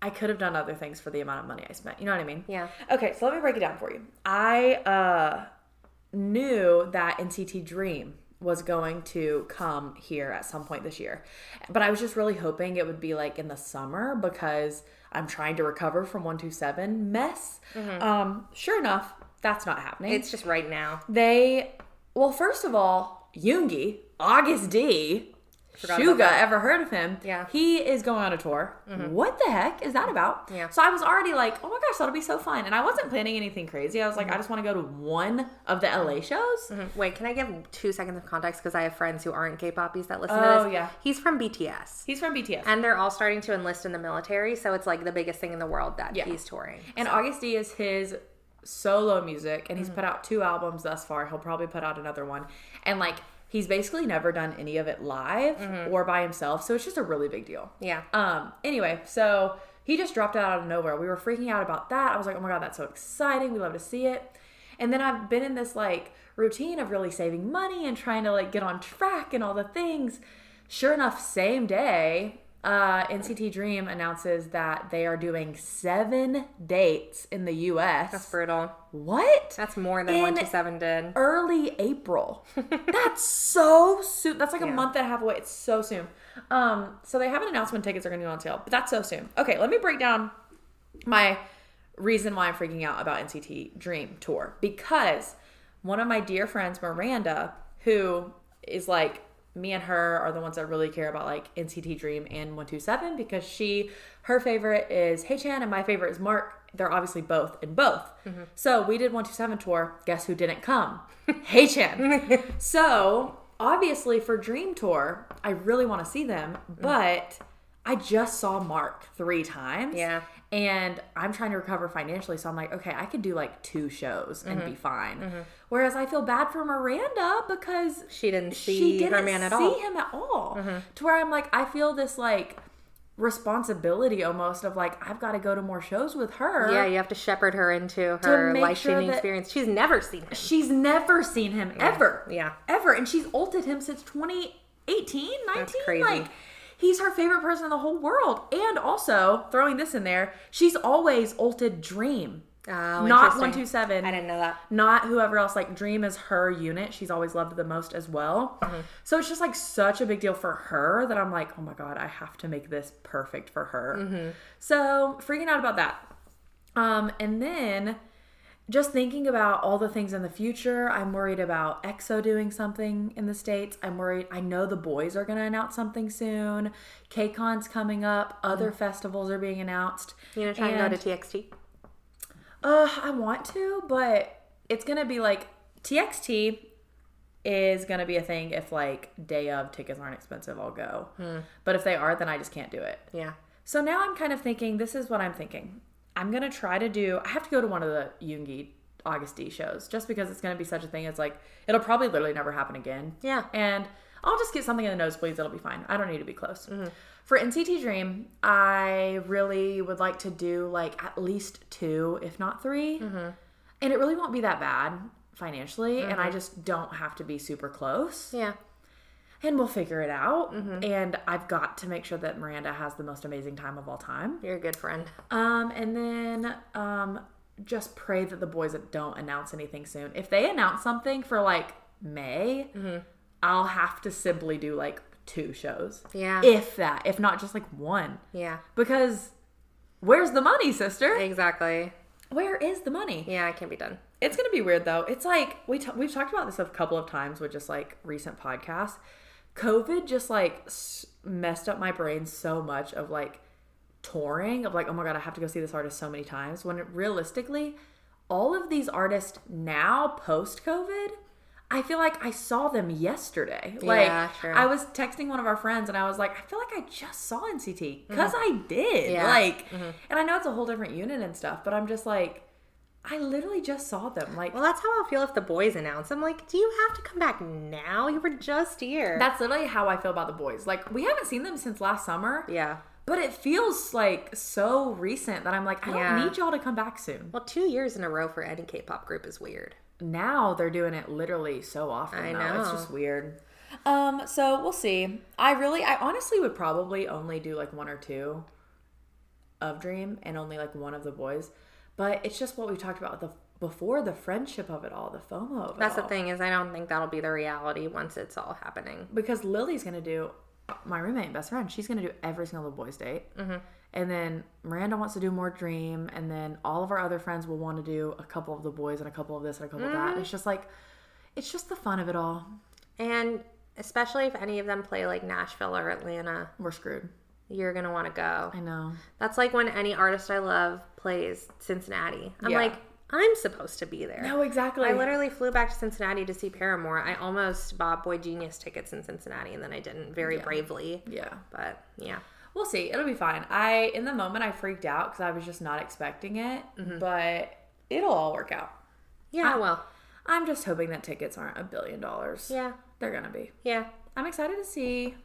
Speaker 1: I could have done other things for the amount of money I spent. You know what I mean?
Speaker 2: Yeah.
Speaker 3: Okay, so let me break it down for you.
Speaker 1: I uh, knew that NCT Dream was going to come here at some point this year, but I was just really hoping it would be like in the summer because I'm trying to recover from 127 mess. Um, sure enough, that's not happening.
Speaker 2: Mm-hmm. It's just right now.
Speaker 1: they, well, first of all, Yoongi, August D.
Speaker 2: Forgot about
Speaker 1: Suga, ever heard of him?
Speaker 2: Yeah. Mm-hmm.
Speaker 1: He is going on a tour. What the heck is that about?
Speaker 2: Yeah.
Speaker 1: So I was already like, oh my gosh, that'll be so fun. And I wasn't planning anything crazy. I was
Speaker 2: Mm-hmm.
Speaker 1: like, I just want to go to one of the LA shows.
Speaker 2: Wait, can I give two seconds of context? Because I have friends who aren't gay poppies that listen to
Speaker 1: Oh,
Speaker 2: this.
Speaker 1: yeah.
Speaker 2: He's from BTS.
Speaker 1: He's from BTS. And,
Speaker 2: And they're all starting to enlist in the military, so it's like the biggest thing in the world that
Speaker 1: Yeah.
Speaker 2: he's touring.
Speaker 1: August D is his solo music, and he's
Speaker 2: Mm-hmm.
Speaker 1: put out two albums thus far. He'll probably put out another one. And like, he's basically never done any of it live or by himself. So it's just a really big deal.
Speaker 2: Mm-hmm. Yeah.
Speaker 1: Um. Anyway, so he just dropped out out of nowhere. We were freaking out about that. I was like, oh my god, that's so exciting. We love to see it. And then I've been in this like routine of really saving money and trying to like get on track and all the things. Sure enough, same day, uh, NCT Dream announces that they are doing seven dates in the U.S.
Speaker 2: That's brutal.
Speaker 1: what?
Speaker 2: That's more than
Speaker 1: In
Speaker 2: 127 did.
Speaker 1: early April. That's so soon. That's like a month and a half away. It's so soon. Um, so they haven't announced when tickets are going to go on sale, but that's so soon. Okay, let me break down my reason why I'm freaking out about NCT Dream Tour because one of my dear friends, Miranda, who is like me and her are the ones that really care about like NCT Dream and 127 because she her favorite is Hey Chan and my favorite is Mark. They're obviously both in both. So we did 127 tour. Guess who didn't come? hey Chan. so obviously for Dream Tour, I really want to see them, but I just saw Mark three times.
Speaker 2: Yeah.
Speaker 1: And I'm trying to recover financially. So I'm like, okay, I could do like two shows and
Speaker 2: Mm-hmm.
Speaker 1: be fine. Whereas I feel bad for Miranda because
Speaker 2: She didn't see
Speaker 1: she didn't
Speaker 2: her man at
Speaker 1: see
Speaker 2: all. Mm-hmm.
Speaker 1: him at all. To where I'm like, I feel this like responsibility almost of like, I've got to go to more shows with her.
Speaker 2: Yeah, you have to shepherd her into her
Speaker 1: make
Speaker 2: life
Speaker 1: sure
Speaker 2: changing
Speaker 1: that-
Speaker 2: experience. She's never seen him.
Speaker 1: She's never seen him ever.
Speaker 2: Yeah.
Speaker 1: Ever. And she's ulted him since 2018, 19.
Speaker 2: crazy.
Speaker 1: Like, he's her favorite person in the whole world. And also, throwing this in there, she's always ulted Dream.
Speaker 2: Oh,
Speaker 1: not
Speaker 2: interesting.
Speaker 1: 127.
Speaker 2: I didn't know that.
Speaker 1: Not whoever else. Like, Dream is her unit. She's always loved the most as well.
Speaker 2: Mm-hmm.
Speaker 1: So it's just like such a big deal for her that I'm like, oh my God, I have to make this perfect for her.
Speaker 2: Mm-hmm.
Speaker 1: So freaking out about that. Um, and then just thinking about all the things in the future, I'm worried about EXO doing something in the States. I'm worried, I know the boys are going to announce something soon. KCON's coming up, other festivals are being announced.
Speaker 2: Mm. You know, trying
Speaker 1: And-
Speaker 2: to go to TXT.
Speaker 1: uh, I want to, but it's gonna be like TXT is gonna be a thing if like day of tickets aren't expensive, I'll go. But if they are, then I just can't do it.
Speaker 2: Yeah.
Speaker 1: So now I'm kind of thinking this is what I'm thinking. I'm gonna try to do. I have to go to one of the Yoongi August D shows just because it's gonna be such a thing. It's like it'll probably literally never happen again.
Speaker 2: Yeah.
Speaker 1: And I'll just get something in the nosebleeds. It'll be fine. I don't need to be close. For NCT Dream, I really would like to do like at least two, if not 3 And it really won't be that bad financially. And I just don't have to be super close
Speaker 2: Yeah.
Speaker 1: and we'll figure it out. And I've got to make sure that Miranda has the most amazing time of all time.
Speaker 2: You're a good friend.
Speaker 1: Um, and then um, just pray that the boys don't announce anything soon. If they announce something for like May, I'll have to simply do like two shows.
Speaker 2: Yeah.
Speaker 1: If that, if not just like one.
Speaker 2: Yeah.
Speaker 1: Because where's the money, sister?
Speaker 2: Exactly.
Speaker 1: Where is the money?
Speaker 2: Yeah, it can't be done.
Speaker 1: It's gonna be weird though. It's like we t- we've talked about this a couple of times with just like recent podcasts. COVID just like s- messed up my brain so much of like touring of like oh my god I have to go see this artist so many times when realistically all of these artists now post COVID I feel like I saw them yesterday.
Speaker 2: Yeah,
Speaker 1: like
Speaker 2: true.
Speaker 1: I was texting one of our friends and I was like, I feel like I just saw NCT because I did.
Speaker 2: Mm-hmm. Yeah. Mm-hmm.
Speaker 1: Like, and I know it's a whole different unit and stuff, but I'm just like, I literally just saw them. Like,
Speaker 2: Well, that's how I feel if the boys announce. I'm like, do you have to come back now? You were just here.
Speaker 1: that's literally how I feel about the boys. Like, we haven't seen them since last summer.
Speaker 2: yeah.
Speaker 1: But it feels like so recent that I'm like, I don't
Speaker 2: Yeah.
Speaker 1: need y'all to come back soon.
Speaker 2: Well, two years in a row for any K-pop group is weird.
Speaker 1: Now they're doing it literally so often.
Speaker 2: I
Speaker 1: now. It's
Speaker 2: know.
Speaker 1: just weird.
Speaker 3: Um, so we'll see.
Speaker 1: I really, I honestly would probably only do like one or two of Dream and only like one of the boys. But it's just what we talked about with the before the friendship of it all, the FOMO of it
Speaker 2: That's the
Speaker 1: all.
Speaker 2: thing is, I don't think that'll be the reality once it's all happening.
Speaker 1: Because Lily's gonna do my roommate and best friend. She's gonna do every single boys date, and then Miranda wants to do more Dream, and then all of our other friends will want to do a couple of the boys and a couple of this and a couple of that. And it's just like, it's just the fun of it all.
Speaker 2: And especially if any of them play like Nashville or Atlanta,
Speaker 1: We're screwed.
Speaker 2: you're gonna want to go.
Speaker 1: I know.
Speaker 2: That's like when any artist I love plays Cincinnati. I'm
Speaker 1: Yeah.
Speaker 2: like, I'm supposed to be there.
Speaker 1: No, exactly.
Speaker 2: I literally flew back to Cincinnati to see Paramore. I almost bought Boy Genius tickets in Cincinnati, and then I didn't very bravely.
Speaker 1: yeah.
Speaker 2: But yeah,
Speaker 1: We'll see. It'll be fine. I in the moment I freaked out because I was just not expecting it, but it'll all work out.
Speaker 2: yeah, Ah, well,
Speaker 1: I'm just hoping that tickets aren't a billion dollars.
Speaker 2: yeah,
Speaker 1: They're gonna be.
Speaker 2: yeah.
Speaker 1: I'm excited to see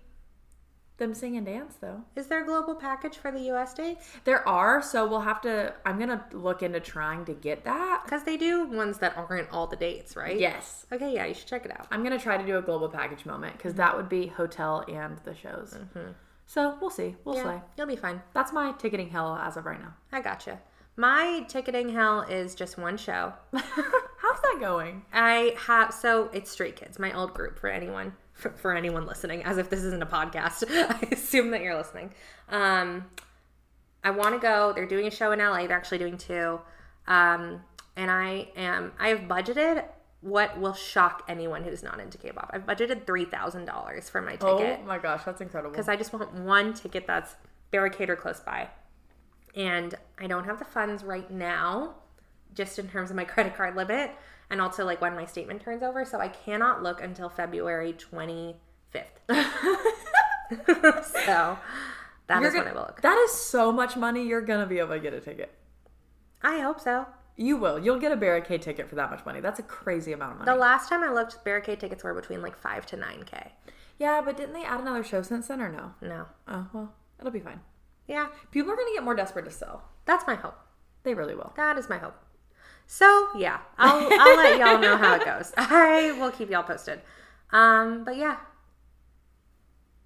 Speaker 1: them sing and dance though.
Speaker 2: Is there a global package for the U.S. dates?
Speaker 1: There are, so we'll have to I'm gonna look into trying to get that.
Speaker 2: Because they do ones that aren't all the dates, right?
Speaker 1: Yes.
Speaker 2: Okay, yeah, you should check it out.
Speaker 1: I'm gonna try to do a global package moment because that would be hotel and the shows. So we'll see. We'll
Speaker 2: Mm-hmm. Yeah,
Speaker 1: see.
Speaker 2: you'll be fine.
Speaker 1: That's my ticketing hell as of right now.
Speaker 2: I gotcha. My ticketing hell is just one show.
Speaker 1: How's that going?
Speaker 2: I have so it's Street Kids, my old group. For anyone, for, for anyone listening, as if this isn't a podcast, I assume that you're listening. Um, I want to go. They're doing a show in LA. They're actually doing two, um, and I am. I have budgeted what will shock anyone who's not into K-pop. I've budgeted three thousand dollars for my ticket
Speaker 1: Oh my gosh, that's incredible.
Speaker 2: because I just want one ticket that's barricade or close by. And I don't have the funds right now, just in terms of my credit card limit and also like when my statement turns over. So I cannot look until February 25th. so
Speaker 1: You're
Speaker 2: that is when I
Speaker 1: gonna-
Speaker 2: will look.
Speaker 1: That is so much money. You're gonna be able to get a ticket.
Speaker 2: I hope so.
Speaker 1: You will. You'll get a barricade ticket for that much money. That's a crazy amount of money.
Speaker 2: The last time I looked, barricade tickets were between like 5 to 9K.
Speaker 1: yeah, but didn't they add another show since then or no?
Speaker 2: No.
Speaker 1: Oh well, it'll be fine.
Speaker 2: Yeah,
Speaker 1: People are gonna get more desperate to sell.
Speaker 2: that's my hope.
Speaker 1: They really will.
Speaker 2: That is my hope. So yeah, I'll, I'll let y'all know how it goes. I will keep y'all posted. Um, but yeah,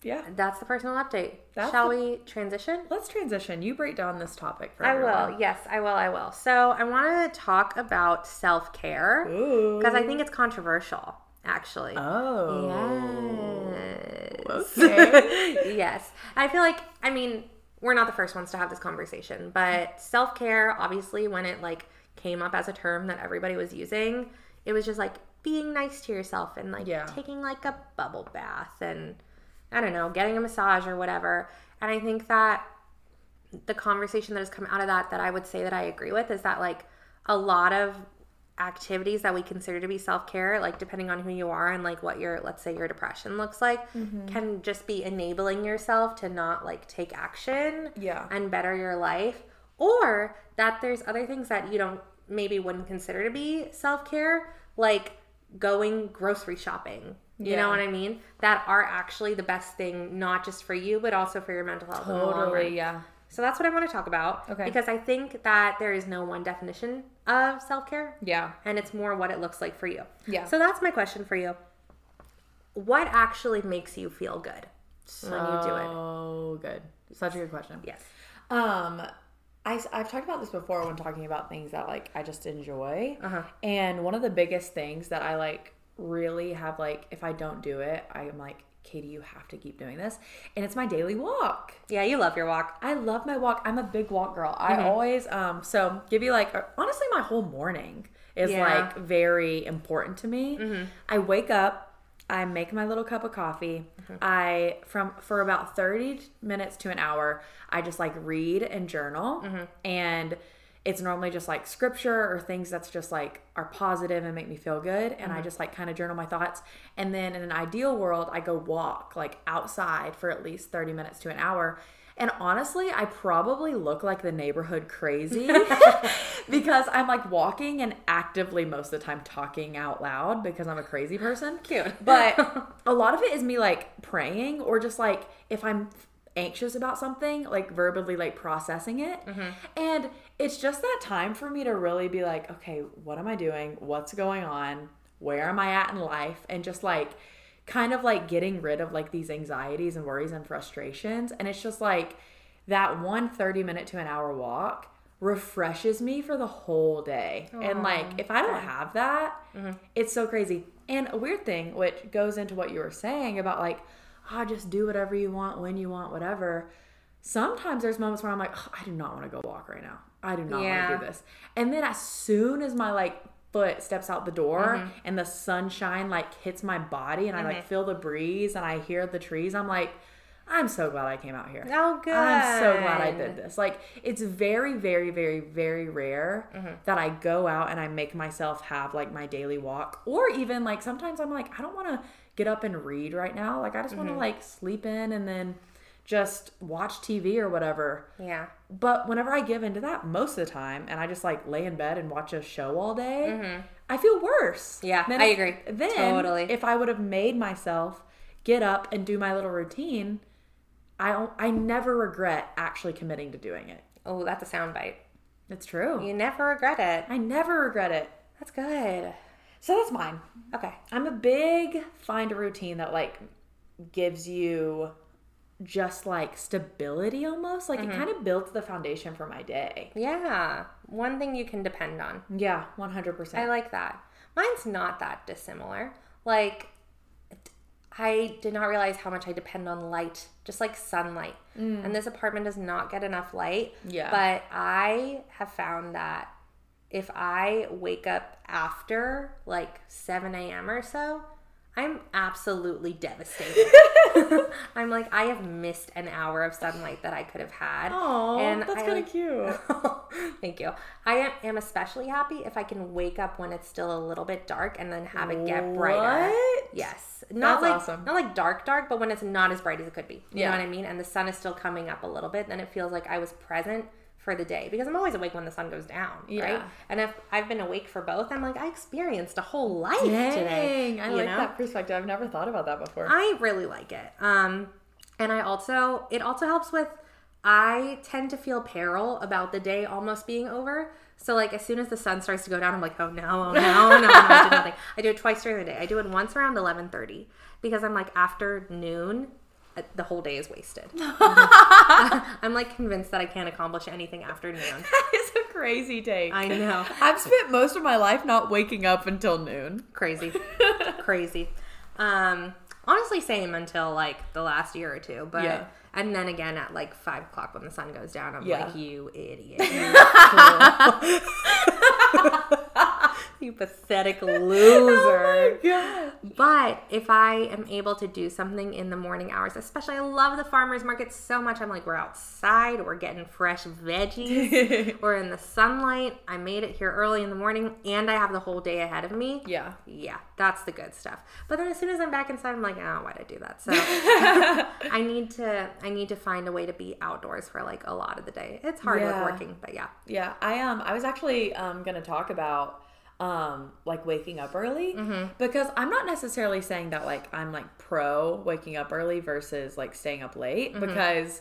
Speaker 1: Yeah.
Speaker 2: that's the personal update.
Speaker 1: That's
Speaker 2: Shall
Speaker 1: the-
Speaker 2: we transition?
Speaker 1: Let's transition. You break down this topic for
Speaker 2: I
Speaker 1: everyone.
Speaker 2: will. Yes, I will. I will. So I want to talk about self care
Speaker 1: Ooh.
Speaker 2: because I think it's controversial, actually.
Speaker 1: Oh.
Speaker 2: Yes.
Speaker 1: Okay.
Speaker 2: yes. I feel like I mean, we're not the first ones to have this conversation, but self-care obviously when it like came up as a term that everybody was using, it was just like being nice to yourself and like
Speaker 1: Yeah.
Speaker 2: taking like a bubble bath and I don't know, getting a massage or whatever. And I think that the conversation that has come out of that that I would say that I agree with is that like a lot of activities that we consider to be self-care like depending on who you are and like what your let's say your depression looks like
Speaker 1: Mm-hmm.
Speaker 2: can just be enabling yourself to not like take action
Speaker 1: Yeah.
Speaker 2: and better your life or that there's other things that you don't maybe wouldn't consider to be self-care like going grocery shopping you know
Speaker 1: Yeah.
Speaker 2: what i mean that are actually the best thing not just for you but also for your mental health in the long run.
Speaker 1: Totally. Yeah.
Speaker 2: So that's what I want to talk about.
Speaker 1: Okay.
Speaker 2: Because I think that there is no one definition of self care,
Speaker 1: Yeah.
Speaker 2: and it's more what it looks like for you.
Speaker 1: Yeah.
Speaker 2: So that's my question for you. What actually makes you feel good when you do it?
Speaker 1: So good. Such a good question.
Speaker 2: Yes.
Speaker 3: Um, I, have talked about this before when talking about things that like I just enjoy.
Speaker 2: Uh-huh.
Speaker 3: And one of the biggest things that I like really have like if I don't do it, I'm like, Katie, you have to keep doing this. And it's my daily walk.
Speaker 2: Yeah, you love your walk.
Speaker 1: I love my walk. I'm a big walk girl. I always um so give you like honestly my whole morning is
Speaker 2: Yeah.
Speaker 1: like very important to me. I wake up, I make my little cup of coffee. I from for about 30 minutes to an hour, I just like read and journal and it's normally just like scripture or things that's just like are positive and make me feel good and i just like kind of journal my thoughts and then in an ideal world i go walk like outside for at least 30 minutes to an hour and honestly i probably look like the neighborhood crazy because i'm like walking and actively most of the time talking out loud because i'm a crazy person
Speaker 2: Cute.
Speaker 1: but a lot of it is me like praying or just like if i'm anxious about something like verbally like processing it and it's just that time for me to really be like okay what am i doing what's going on where am i at in life and just like kind of like getting rid of like these anxieties and worries and frustrations and it's just like that one 30 minute to an hour walk refreshes me for the whole day. and like if I don't have that, it's so crazy. And a weird thing which goes into what you were saying about like ah just do whatever you want when you want whatever. Sometimes there's moments where I'm like "Ugh, I do not want to go walk right now. I do not want
Speaker 2: Yeah.
Speaker 1: to do this. And then as soon as my like foot steps out the door and the sunshine like hits my body and I like feel the breeze and I hear the trees, I'm like I'm so glad I came out here.
Speaker 2: Oh, good.
Speaker 1: I'm so glad I did this. Like, it's very, very, very, very rare that I go out and I make myself have like my daily walk, or even like sometimes I'm like, I don't want to get up and read right now. Like, I just want to like sleep in and then just watch TV or whatever.
Speaker 2: Yeah.
Speaker 1: But whenever I give into that most of the time and I just like lay in bed and watch a show all day, I feel worse.
Speaker 2: Mm-hmm. Yeah,
Speaker 1: than
Speaker 2: I
Speaker 1: if-
Speaker 2: agree.
Speaker 1: Then
Speaker 2: Totally.
Speaker 1: if I would have made myself get up and do my little routine, I don't- I never regret actually committing to doing it.
Speaker 2: Oh, that's a soundbite.
Speaker 1: It's true.
Speaker 2: You never regret it.
Speaker 1: I never regret it.
Speaker 2: That's good.
Speaker 1: So that's mine.
Speaker 2: Okay.
Speaker 1: I'm a big find a routine that like gives you just like stability almost. Like
Speaker 2: Mm-hmm.
Speaker 1: it kind of builds the foundation for my day.
Speaker 2: Yeah. One thing you can depend on.
Speaker 1: Yeah, 100%.
Speaker 2: I like that. Mine's not that dissimilar. Like, it- I did not realize how much I depend on light, just like sunlight. And this apartment does not get enough light.
Speaker 1: Mm. Yeah.
Speaker 2: But I have found that if I wake up after like 7 a.m. or so, I'm absolutely devastated. I'm like, I have missed an hour of sunlight that I could have had.
Speaker 1: Oh, that's
Speaker 2: I,
Speaker 1: kind
Speaker 2: like,
Speaker 1: of cute.
Speaker 2: Thank you. I am, am especially happy if I can wake up when it's still a little bit dark and then have it get brighter.
Speaker 1: What?
Speaker 2: Yes. Not
Speaker 1: That's
Speaker 2: like
Speaker 1: awesome.
Speaker 2: not like dark dark, but when it's not as bright as it could be. You
Speaker 1: Yeah.
Speaker 2: know what I mean? And the sun is still coming up a little bit, then it feels like I was present for the day because I'm always awake when the sun goes down, right?
Speaker 1: Yeah.
Speaker 2: And if I've been awake for both, I'm like I experienced a whole life today.
Speaker 1: Dang, I
Speaker 2: you
Speaker 1: like
Speaker 2: know?
Speaker 1: that perspective. I've never thought about that before.
Speaker 2: I really like it. Um, and I also it also helps with I tend to feel peril about the day almost being over. So like as soon as the sun starts to go down, I'm like, oh no, oh no, oh, no, I did nothing. I do it twice during the day. I do it once around 11:30 because I'm like after noon, uh, the whole day is wasted. I'm like convinced that I can't accomplish anything after noon.
Speaker 1: it's a crazy take.
Speaker 2: I know.
Speaker 1: I've spent most of my life not waking up until noon.
Speaker 2: crazy crazy um honestly same until like the last year or two but
Speaker 1: Yeah.
Speaker 2: and then again at like five o'clock when the sun goes down i'm
Speaker 1: Yeah.
Speaker 2: like you idiot you pathetic
Speaker 1: Oh
Speaker 2: loser
Speaker 1: Yeah.
Speaker 2: but if i am able to do something in the morning hours especially i love the farmers market so much i'm like we're outside we're getting fresh veggies we're in the sunlight i made it here early in the morning and i have the whole day ahead of me
Speaker 1: yeah.
Speaker 2: yeah, that's the good stuff. But then as soon as I'm back inside, I'm like, oh, why'd I do that? So I need to I need to find a way to be outdoors for like a lot of the day. It's hard
Speaker 1: Yeah.
Speaker 2: with working, but yeah.
Speaker 1: Yeah. I um I was actually um gonna talk about um like waking up early because I'm not necessarily saying that like I'm like pro waking up early versus like staying up late because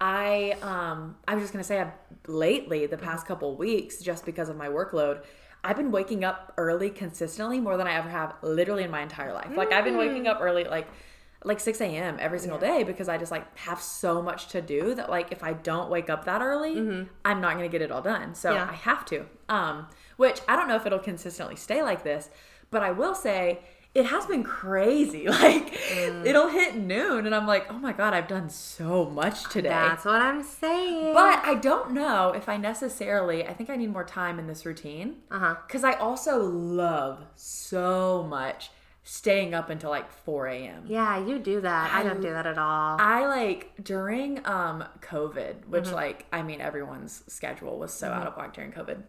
Speaker 1: I um I was just gonna say I've, lately the past couple weeks just because of my workload I've been waking up early consistently more than I ever have literally in my entire life. Like I've been waking up early like like 6 a.m. every single day because I just like have so much to do that like if I don't wake up that early, I'm not gonna get it all done. So
Speaker 2: Mm-hmm. Yeah.
Speaker 1: I have to. Um, which I don't know if it'll consistently stay like this, but I will say it has been crazy. Like
Speaker 2: Mm.
Speaker 1: it'll hit noon and I'm like, oh my god, I've done so much today.
Speaker 2: That's what I'm saying.
Speaker 1: But I don't know if I necessarily. I think I need more time in this routine. Uh
Speaker 2: Uh-huh.
Speaker 1: Because I also love so much staying up until like 4 a.m.
Speaker 2: Yeah, you do that. I don't do that at all.
Speaker 1: I like during um COVID, which like I mean everyone's schedule was so out of whack during COVID.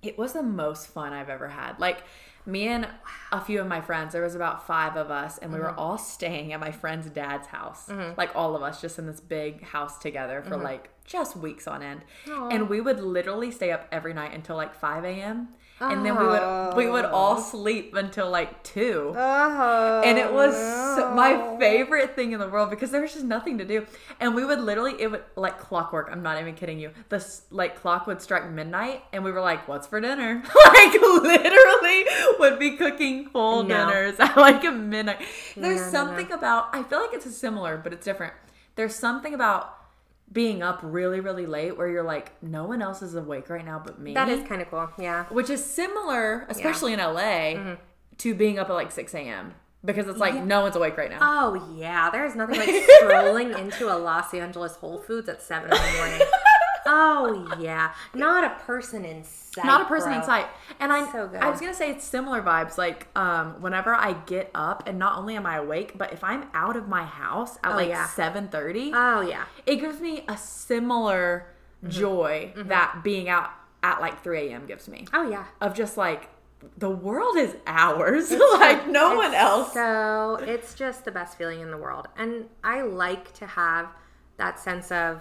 Speaker 1: It was the most fun I've ever had. Like me and a few of my friends, there was about five of us, and we were all staying at my friend's dad's house. Like all of us, just in this big house together for like just weeks on end. And we would literally stay up every night until like 5 a.m. And then we would we would all sleep until like two
Speaker 2: Oh.
Speaker 1: and it was so, my favorite thing in the world because there was just nothing to do and we would literally it would like clockwork i'm not even kidding you the s- like clock would strike midnight and we were like what's for dinner like literally would be cooking full
Speaker 2: No.
Speaker 1: dinners at like a midnight there's
Speaker 2: no, no.
Speaker 1: something about i feel like it's similar but it's different there's something about being up really really late where you're like no one else is awake right now but me
Speaker 2: That is kind of cool. Yeah.
Speaker 1: which is similar, especially in LA, to being up at like 6 a.m. because it's like no one's awake right now.
Speaker 2: Oh yeah, there's nothing like strolling into a Los Angeles Whole Foods at seven in the morning. Oh yeah, not a person in sight.
Speaker 1: Not a person
Speaker 2: bro.
Speaker 1: in sight. And I,
Speaker 2: So good.
Speaker 1: I was gonna say it's similar vibes. Like, um, whenever I get up, and not only am I awake, but if I'm out of my house at like
Speaker 2: Oh, yeah.
Speaker 1: 7:30,
Speaker 2: Oh yeah,
Speaker 1: it gives me a similar
Speaker 2: Mm-hmm.
Speaker 1: joy that being out at like 3 a.m. gives me.
Speaker 2: oh yeah.
Speaker 1: Of just like the world is ours. like no one else.
Speaker 2: So it's just the best feeling in the world, and I like to have that sense of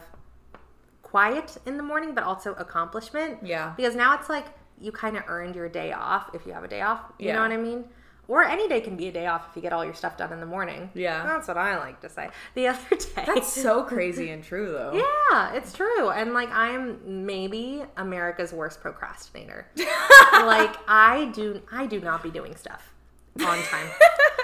Speaker 2: quiet in the morning, but also accomplishment.
Speaker 1: Yeah.
Speaker 2: Because now it's like you kind of earned your day off if you have a day off. You
Speaker 1: Yeah.
Speaker 2: know what I mean? Or any day can be a day off if you get all your stuff done in the morning.
Speaker 1: Yeah.
Speaker 2: That's what I like to say. The other day.
Speaker 1: That's so crazy and true though.
Speaker 2: Yeah, it's true. And like I'm maybe America's worst procrastinator. like I do I do not be doing stuff on time.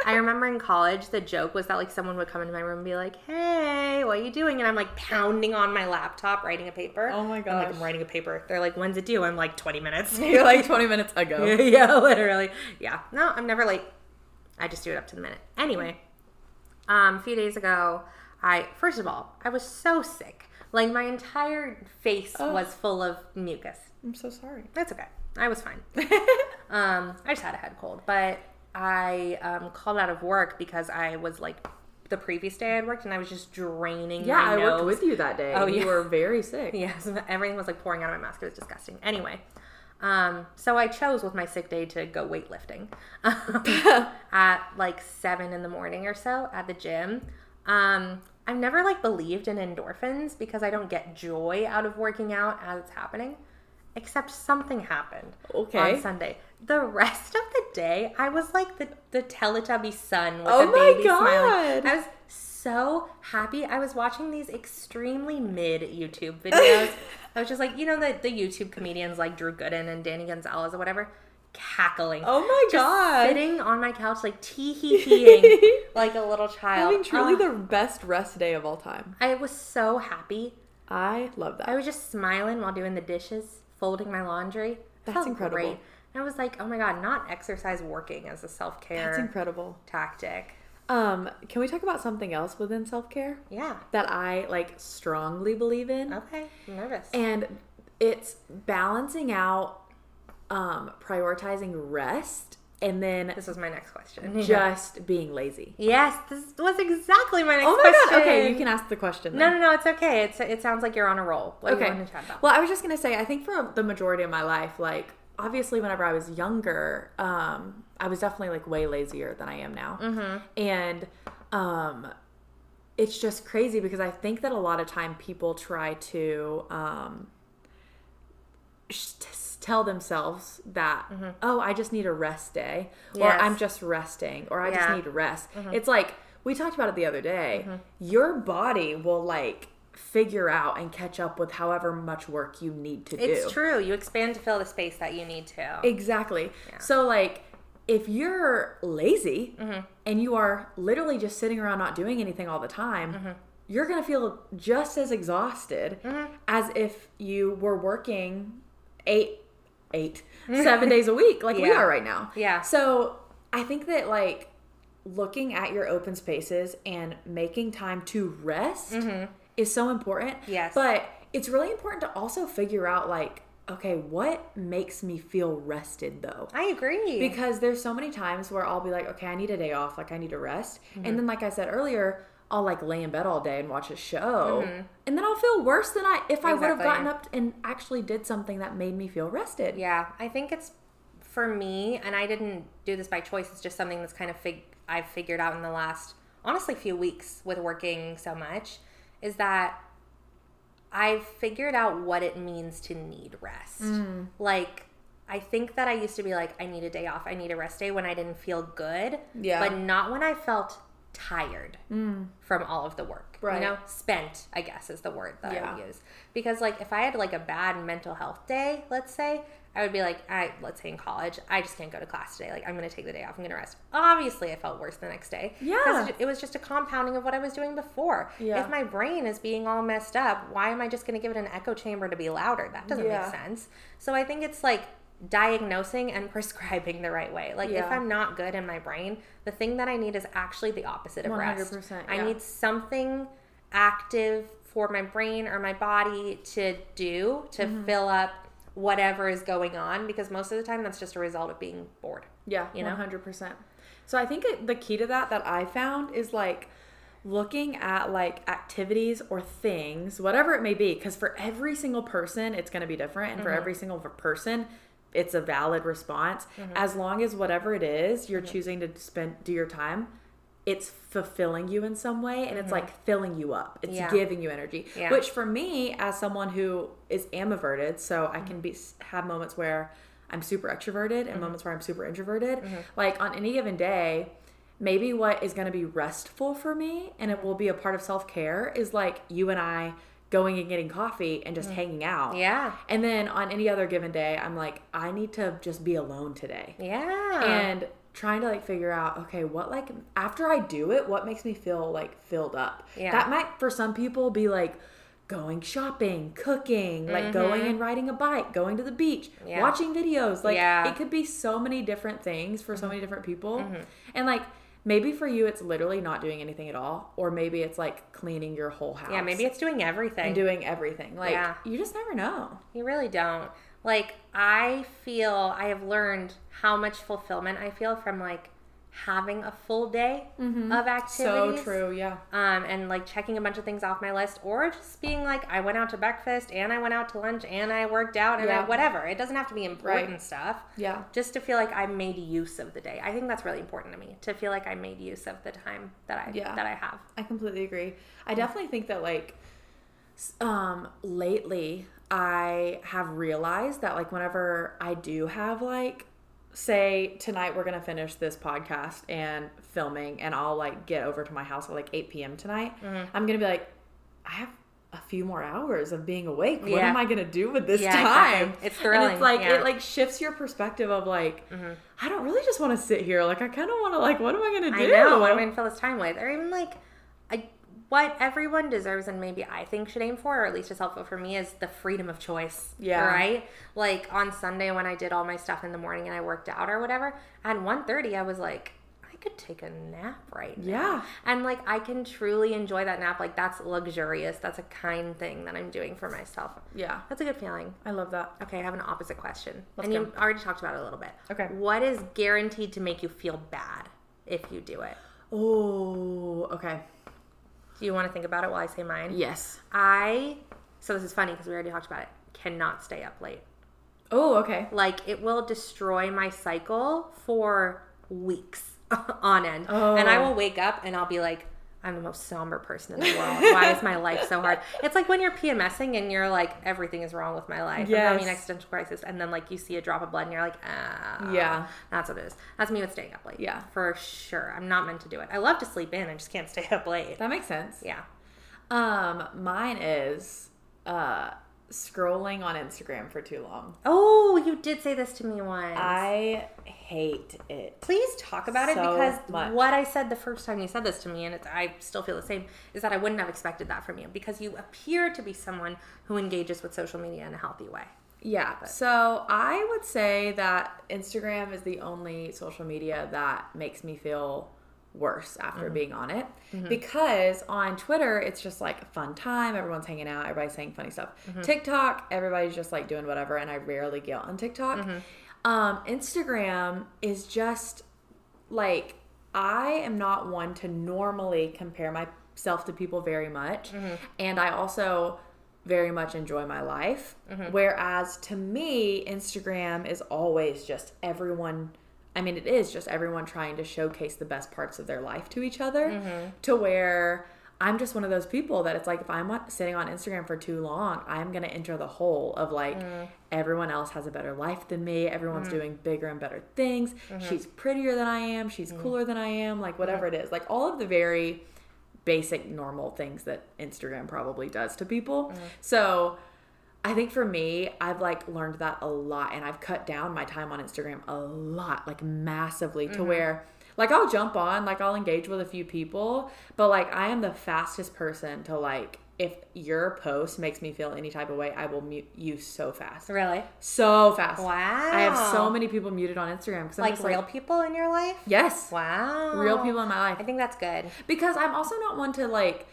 Speaker 2: I remember in college the joke was that like someone would come into my room and be like, "Hey, what are you doing?" and I'm like pounding on my laptop writing a paper.
Speaker 1: Oh my
Speaker 2: I'm like
Speaker 1: gosh.
Speaker 2: I'm writing a paper. They're like, "When's it due?" I'm like 20 minutes.
Speaker 1: You're like 20 minutes ago.
Speaker 2: yeah, literally. Yeah. No, I'm never late. I just do it up to the minute. Anyway, um, a few days ago, I first of all, I was so sick. Like my entire face was full of mucus.
Speaker 3: I'm so sorry.
Speaker 2: That's okay. I was fine. um, I just had a head cold, but I um, called out of work because I was like the previous day I'd worked and I was just draining.
Speaker 1: Yeah,
Speaker 2: my
Speaker 1: I worked
Speaker 2: nose.
Speaker 1: with you that day.
Speaker 2: Oh,
Speaker 1: Oh, you
Speaker 2: yeah.
Speaker 1: were very sick.
Speaker 2: Yes, everything was like pouring out of my mask. It was disgusting. Anyway, um, so I chose with my sick day to go weightlifting um, at like seven in the morning or so at the gym. Um, I've never like believed in endorphins because I don't get joy out of working out as it's happening. Except something happened
Speaker 1: Okay.
Speaker 2: on Sunday. The rest of the day, I was like the, the Teletubby son with
Speaker 1: Oh
Speaker 2: the
Speaker 1: my
Speaker 2: baby smiling.
Speaker 1: God.
Speaker 2: I was so happy. I was watching these extremely mid YouTube videos. I was just like, you know, the, the YouTube comedians like Drew Gooden and Danny Gonzalez or whatever, cackling.
Speaker 1: Oh my
Speaker 2: Just
Speaker 1: god.
Speaker 2: Sitting on my couch, like tee hee heeing like a little child.
Speaker 3: Having truly
Speaker 2: Oh,
Speaker 3: the best rest day of all time.
Speaker 2: I was so happy.
Speaker 3: I love that.
Speaker 2: I was just smiling while doing the dishes, folding my laundry.
Speaker 3: That's incredible.
Speaker 2: And I was like, oh my God, not exercise working as a self
Speaker 3: That's
Speaker 2: care
Speaker 3: incredible.
Speaker 2: tactic.
Speaker 3: Um, can we talk about something else within self care
Speaker 2: Yeah.
Speaker 3: that I like strongly believe in?
Speaker 2: Okay. I'm nervous.
Speaker 3: And it's balancing out, um, prioritizing rest and then
Speaker 2: this was my next question.
Speaker 3: just being lazy.
Speaker 2: Yes, this was exactly my next
Speaker 3: Oh my
Speaker 2: question.
Speaker 3: god! Okay, you can ask the question.
Speaker 2: No,
Speaker 3: Then.
Speaker 2: no, no. It's okay. It's it sounds like you're on a roll. What do
Speaker 3: Okay.
Speaker 2: you want to chat about?
Speaker 3: Well, I was just gonna say, I think for the majority of my life, like obviously, whenever I was younger, um, I was definitely like way lazier than I am now,
Speaker 2: Mm-hmm.
Speaker 3: and um, it's just crazy because I think that a lot of time people try to um, sh- t- s- tell themselves that oh, I just need a rest day,
Speaker 2: Mm-hmm. Yes.
Speaker 3: or I'm just resting, or I just
Speaker 2: Yeah. Mm-hmm.
Speaker 3: need rest. It's like we talked about it the other day. Your body will like figure out and catch up with however much work you need to do.
Speaker 2: it's true. You expand to fill the space that you need to.
Speaker 3: Exactly. So like if you're lazy
Speaker 2: Mm-hmm.
Speaker 3: and you are literally just sitting around not doing anything all the time,
Speaker 2: Mm-hmm.
Speaker 3: you're going to feel just as exhausted as if you were working 8 eight, seven days a week like we
Speaker 2: Yeah.
Speaker 3: are right now.
Speaker 2: Yeah.
Speaker 3: So I think that like looking at your open spaces and making time to rest is so important.
Speaker 2: Mm-hmm. Yes.
Speaker 3: But it's really important to also figure out like
Speaker 1: okay, what makes me feel rested though?
Speaker 2: I agree.
Speaker 1: Because there's so many times where I'll be like, okay, I need a day off, like I need to rest.
Speaker 2: Mm-hmm.
Speaker 1: And then like I said earlier, I'll like lay in bed all day and watch a show. And then I'll feel worse than I if I would have
Speaker 2: Mm-hmm. Exactly.
Speaker 1: gotten up and actually did something that made me feel rested.
Speaker 2: yeah, I think it's for me, and I didn't do this by choice. It's just something that's kind of fig- I've figured out in the last honestly few weeks with working so much is that I've figured out what it means to need rest.
Speaker 1: Mm.
Speaker 2: Like I think that I used to be like I need a day off, I need a rest day when I didn't feel good,
Speaker 1: Yeah. Mm.
Speaker 2: but not when I felt tired from all of the work.
Speaker 1: Right.
Speaker 2: You know, spent, I guess, is the word that I
Speaker 1: Yeah.
Speaker 2: would use. Because like if I had like a bad mental health day, let's say, I would be like, I let's say in college, I just can't go to class today. Like I'm gonna take the day off, I'm gonna rest. Obviously I felt worse the next day. 'Cause
Speaker 1: Yeah.
Speaker 2: It was just a compounding of what I was doing before.
Speaker 1: Yeah.
Speaker 2: If my brain is being all messed up, why am I just gonna give it an echo chamber to be louder? That doesn't
Speaker 1: Yeah.
Speaker 2: make sense. So I think it's like diagnosing and prescribing the right way. Like
Speaker 1: Yeah.
Speaker 2: if I'm not good in my brain, the thing that I need is actually the opposite of rest.
Speaker 1: 100%,
Speaker 2: I
Speaker 1: yeah.
Speaker 2: need something active for my brain or my body to do to
Speaker 1: Mm-hmm.
Speaker 2: fill up whatever is going on because most of the time that's just a result of being bored.
Speaker 1: Yeah,
Speaker 2: You know?
Speaker 1: 100%. So I think it, the key to that that I found is like looking at like activities or things, whatever it may be, cuz for every single person it's going to be different and
Speaker 2: Mm-hmm.
Speaker 1: for every single v- person it's a valid response
Speaker 2: Mm-hmm.
Speaker 1: as long as whatever it is you're choosing to spend do your time it's fulfilling you in some way and it's like filling you up. It's
Speaker 2: Mm-hmm. Yeah.
Speaker 1: giving you energy.
Speaker 2: Yeah.
Speaker 1: Which for me as someone who is ambiverted, so I can be have moments where I'm super extroverted and moments where I'm super introverted. Like on any given day, maybe what is going to be restful for me and it will be a part of self-care is like you and I going and getting coffee and just hanging out.
Speaker 2: Yeah.
Speaker 1: And then on any other given day, I'm like I need to just be alone today
Speaker 2: Yeah.
Speaker 1: and trying to like figure out okay what like after i do it what makes me feel like filled up
Speaker 2: Yeah.
Speaker 1: that might for some people be like going shopping cooking like going and riding a bike going to the beach
Speaker 2: Mm-hmm. Yeah.
Speaker 1: watching videos like
Speaker 2: Yeah. Mm-hmm.
Speaker 1: it could be so many different things for so many different people and like maybe for you it's literally not doing anything at all or maybe it's like cleaning your whole house
Speaker 2: yeah, maybe it's doing everything.
Speaker 1: and doing everything like
Speaker 2: Yeah.
Speaker 1: you just never know
Speaker 2: You really don't. Like, I feel I have learned how much fulfillment I feel from like having a full day of activities.
Speaker 1: Mm-hmm. so true yeah
Speaker 2: Um, and like checking a bunch of things off my list, or just being like, I went out to breakfast and I went out to lunch and I worked out and
Speaker 1: Yeah.
Speaker 2: I, whatever. It doesn't have to be important
Speaker 1: Right.
Speaker 2: stuff.
Speaker 1: yeah
Speaker 2: Just to feel like I made use of the day. I think that's really important to me to feel like I made use of the time that I
Speaker 1: Yeah.
Speaker 2: that I have.
Speaker 1: I completely agree.
Speaker 2: Hmm.
Speaker 1: I definitely think that like s- um lately I have realized that like whenever I do have like say tonight we're gonna finish this podcast and filming and I'll like get over to my house at like 8 p.m. tonight,
Speaker 2: Mm-hmm.
Speaker 1: I'm gonna be like, I have a few more hours of being awake. What
Speaker 2: Yeah.
Speaker 1: am I gonna do with this
Speaker 2: Yeah,
Speaker 1: time?
Speaker 2: exactly. It's
Speaker 1: And
Speaker 2: thrilling,
Speaker 1: it's like
Speaker 2: yeah. Mm-hmm.
Speaker 1: it like shifts your perspective of like I don't really just want to sit here. Like I kind of want to like what am I gonna
Speaker 2: I
Speaker 1: do?
Speaker 2: know what I'm gonna fill this time with, or even like, I, what everyone deserves and maybe I think should aim for, or at least is helpful for me, is the freedom of choice.
Speaker 1: Yeah.
Speaker 2: Right. Like on Sunday when I did all my stuff in the morning and I worked out or whatever, at 1.30 I was like, I could take a nap right now.
Speaker 1: Yeah.
Speaker 2: And like I can truly enjoy that nap. Like that's luxurious. That's a kind thing that I'm doing for myself.
Speaker 1: yeah,
Speaker 2: That's a good feeling.
Speaker 1: I love that.
Speaker 2: Okay, I have an opposite question.
Speaker 1: Let's
Speaker 2: and
Speaker 1: go.
Speaker 2: you already talked about it a little bit.
Speaker 1: Okay.
Speaker 2: What is guaranteed to make you feel bad if you do it?
Speaker 1: Oh, okay.
Speaker 2: Do you want to think about it while I say mine?
Speaker 1: Yes.
Speaker 2: I, so this is funny because we already talked about it, cannot stay up late.
Speaker 1: Oh, okay.
Speaker 2: Like, it will destroy my cycle for weeks on end. And I
Speaker 1: Oh.
Speaker 2: will wake up and I'll be like, I'm the most somber person in the world. Why is my life so hard? It's like when you're PMSing and you're like, everything is wrong with my life. I'm having an
Speaker 1: Yes.
Speaker 2: existential crisis. And then, like, you see a drop of blood and you're like, ah.
Speaker 1: Yeah.
Speaker 2: That's what it is. That's me with staying up late.
Speaker 1: Yeah.
Speaker 2: For sure. I'm not meant to do it. I love to sleep in. I just can't stay up late.
Speaker 1: That makes sense.
Speaker 2: Yeah.
Speaker 1: Um, mine is uh scrolling on Instagram for too long.
Speaker 2: Oh, you did say this to me once.
Speaker 1: I hate it.
Speaker 2: Please talk about it
Speaker 1: So
Speaker 2: because
Speaker 1: much.
Speaker 2: what I said the first time you said this to me, and it's, I still feel the same, is that I wouldn't have expected that from you because you appear to be someone who engages with social media in a healthy way.
Speaker 1: Yeah. So I would say that Instagram is the only social media that makes me feel worse after being on it because on Twitter it's just like a fun time, everyone's hanging out, everybody's saying funny stuff. TikTok, everybody's just like doing whatever, and I rarely get on TikTok. Um, Instagram is just like I am not one to normally compare myself to people very much, and I also very much enjoy my life. Whereas to me, Instagram is always just everyone. I mean, it is just everyone trying to showcase the best parts of their life to each other, to where I'm just one of those people that it's like if I'm on- sitting on Instagram for too long, I'm gonna enter the hole of like everyone else has a better life than me. Everyone's doing bigger and better things. She's prettier than I am. She's cooler than I am. Like whatever it is, like all of the very basic normal things that Instagram probably does to people.
Speaker 2: Mm-hmm.
Speaker 1: So I think for me, I've like learned that a lot and I've cut down my time on Instagram a lot, like massively
Speaker 2: Mm-hmm.
Speaker 1: to where like I'll jump on, like I'll engage with a few people, but like I am the fastest person to like if your post makes me feel any type of way, I will mute you so fast.
Speaker 2: Really?
Speaker 1: So fast.
Speaker 2: Wow.
Speaker 1: I have so many people muted on Instagram because I'm
Speaker 2: like
Speaker 1: just
Speaker 2: real
Speaker 1: like
Speaker 2: people in your life.
Speaker 1: yes,
Speaker 2: Wow.
Speaker 1: real people in my life
Speaker 2: I think that's good.
Speaker 1: because I'm also not one to like.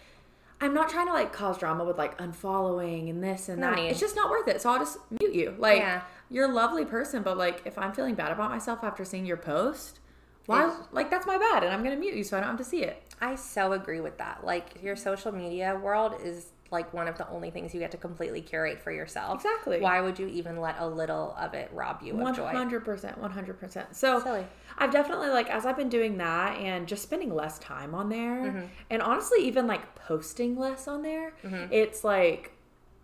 Speaker 1: I'm not trying to like cause drama with like unfollowing and this and
Speaker 2: No
Speaker 1: that.
Speaker 2: need.
Speaker 1: It's just not worth it. So I'll just mute you. Like
Speaker 2: Yeah.
Speaker 1: you're a lovely person, but like if I'm feeling bad about myself after seeing your post, why?
Speaker 2: It's-
Speaker 1: Like that's my bad, and I'm gonna mute you so I don't have to see it.
Speaker 2: I so agree with that. Like your social media world is like one of the only things you get to completely curate for yourself.
Speaker 1: Exactly.
Speaker 2: Why would you even let a little of it rob you of
Speaker 1: One
Speaker 2: joy?
Speaker 1: hundred percent, one hundred percent. So
Speaker 2: Silly.
Speaker 1: I've definitely like as I've been doing that and just spending less time on there,
Speaker 2: Mm-hmm.
Speaker 1: and honestly even like posting less on there,
Speaker 2: Mm-hmm.
Speaker 1: it's like